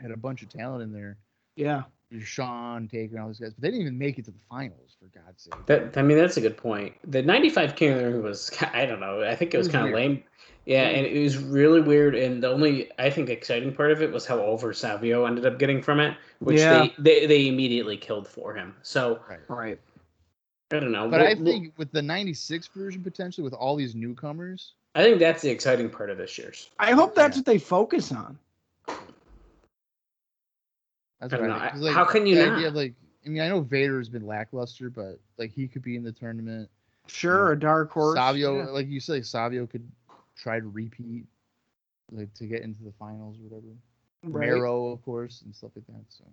had a bunch of talent in there. Yeah. Sean Taker and all those guys, but they didn't even make it to the finals for God's sake. That I mean, that's a good point. The '95 King of the Ring was I don't know. I think it was It was kind of weird. lame. Yeah, and it was really weird. And the only I think exciting part of it was how over Savio ended up getting from it, which Yeah. they, they they immediately killed for him. So Right. I don't know. But I We'll- we'll- think with the '96 version potentially, with all these newcomers, I think that's the exciting part of this year's. I hope that's Yeah. what they focus on. That's I what don't I know. think. 'Cause, like, How can you the not? Idea of, like, I mean, I know Vader's been lackluster, but like he could be in the tournament. Sure, a dark horse. Savio, Yeah. like you said, like, Savio could try to repeat, like to get into the finals or whatever. Right. Mero, of course, and stuff like that. So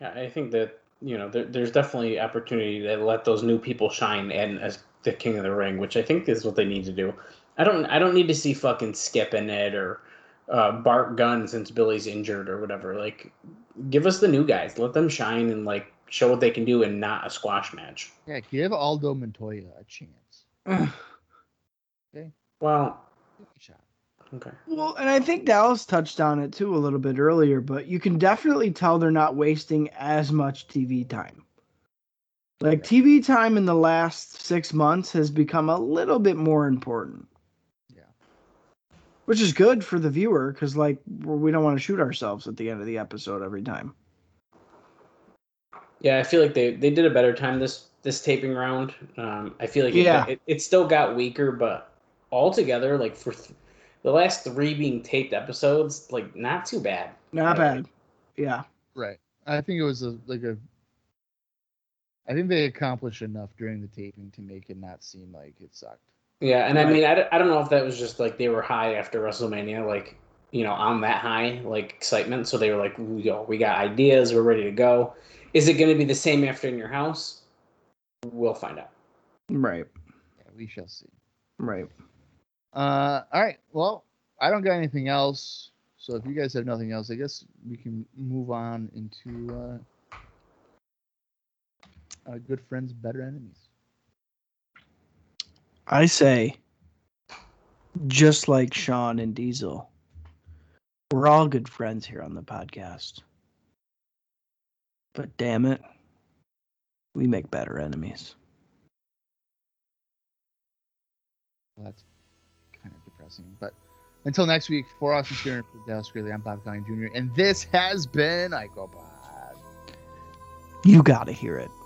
Yeah, I think that you know there, there's definitely opportunity to let those new people shine and as the king of the ring, which I think is what they need to do. I don't I don't need to see fucking Skip in it or uh, Bart Gunn since Billy's injured or whatever. Like, give us the new guys, let them shine and like show what they can do and not a squash match. yeah, give Aldo Montoya a chance. Well, Give it a shot. okay, Well, and I think Dallas touched on it too a little bit earlier, but you can definitely tell they're not wasting as much TV time. Like TV time in the last six months has become a little bit more important. Yeah. Which is good for the viewer because, like, we don't want to shoot ourselves at the end of the episode every time. yeah, I feel like they they did a better time this this taping round. Um, I feel like it- Yeah. it, it still got weaker, but altogether, like for th- the last three being taped episodes, like not too bad. Not Right. bad. Yeah. Right. I think it was a, like a. I think they accomplished enough during the taping to make it not seem like it sucked. Yeah, and I Right. mean, I, d- I don't know if that was just like they were high after WrestleMania, like you know, on that high, like excitement. So they were like, "Ooh, "Yo, we got ideas, we're ready to go." Is it going to be the same after in your house? We'll find out. Right. Yeah, we shall see. Right. Uh, all right. Well, I don't got anything else. So if you guys have nothing else, I guess we can move on into uh, uh, good friends, better enemies. I say, just like Sean and Diesel, we're all good friends here on the podcast. But damn it, we make better enemies. Well, that's kind of depressing. But until next week, for Austin Sheeran, for Dallas Greeley, I'm Bob Conley Jr. And this has been IcoPod. You gotta hear it.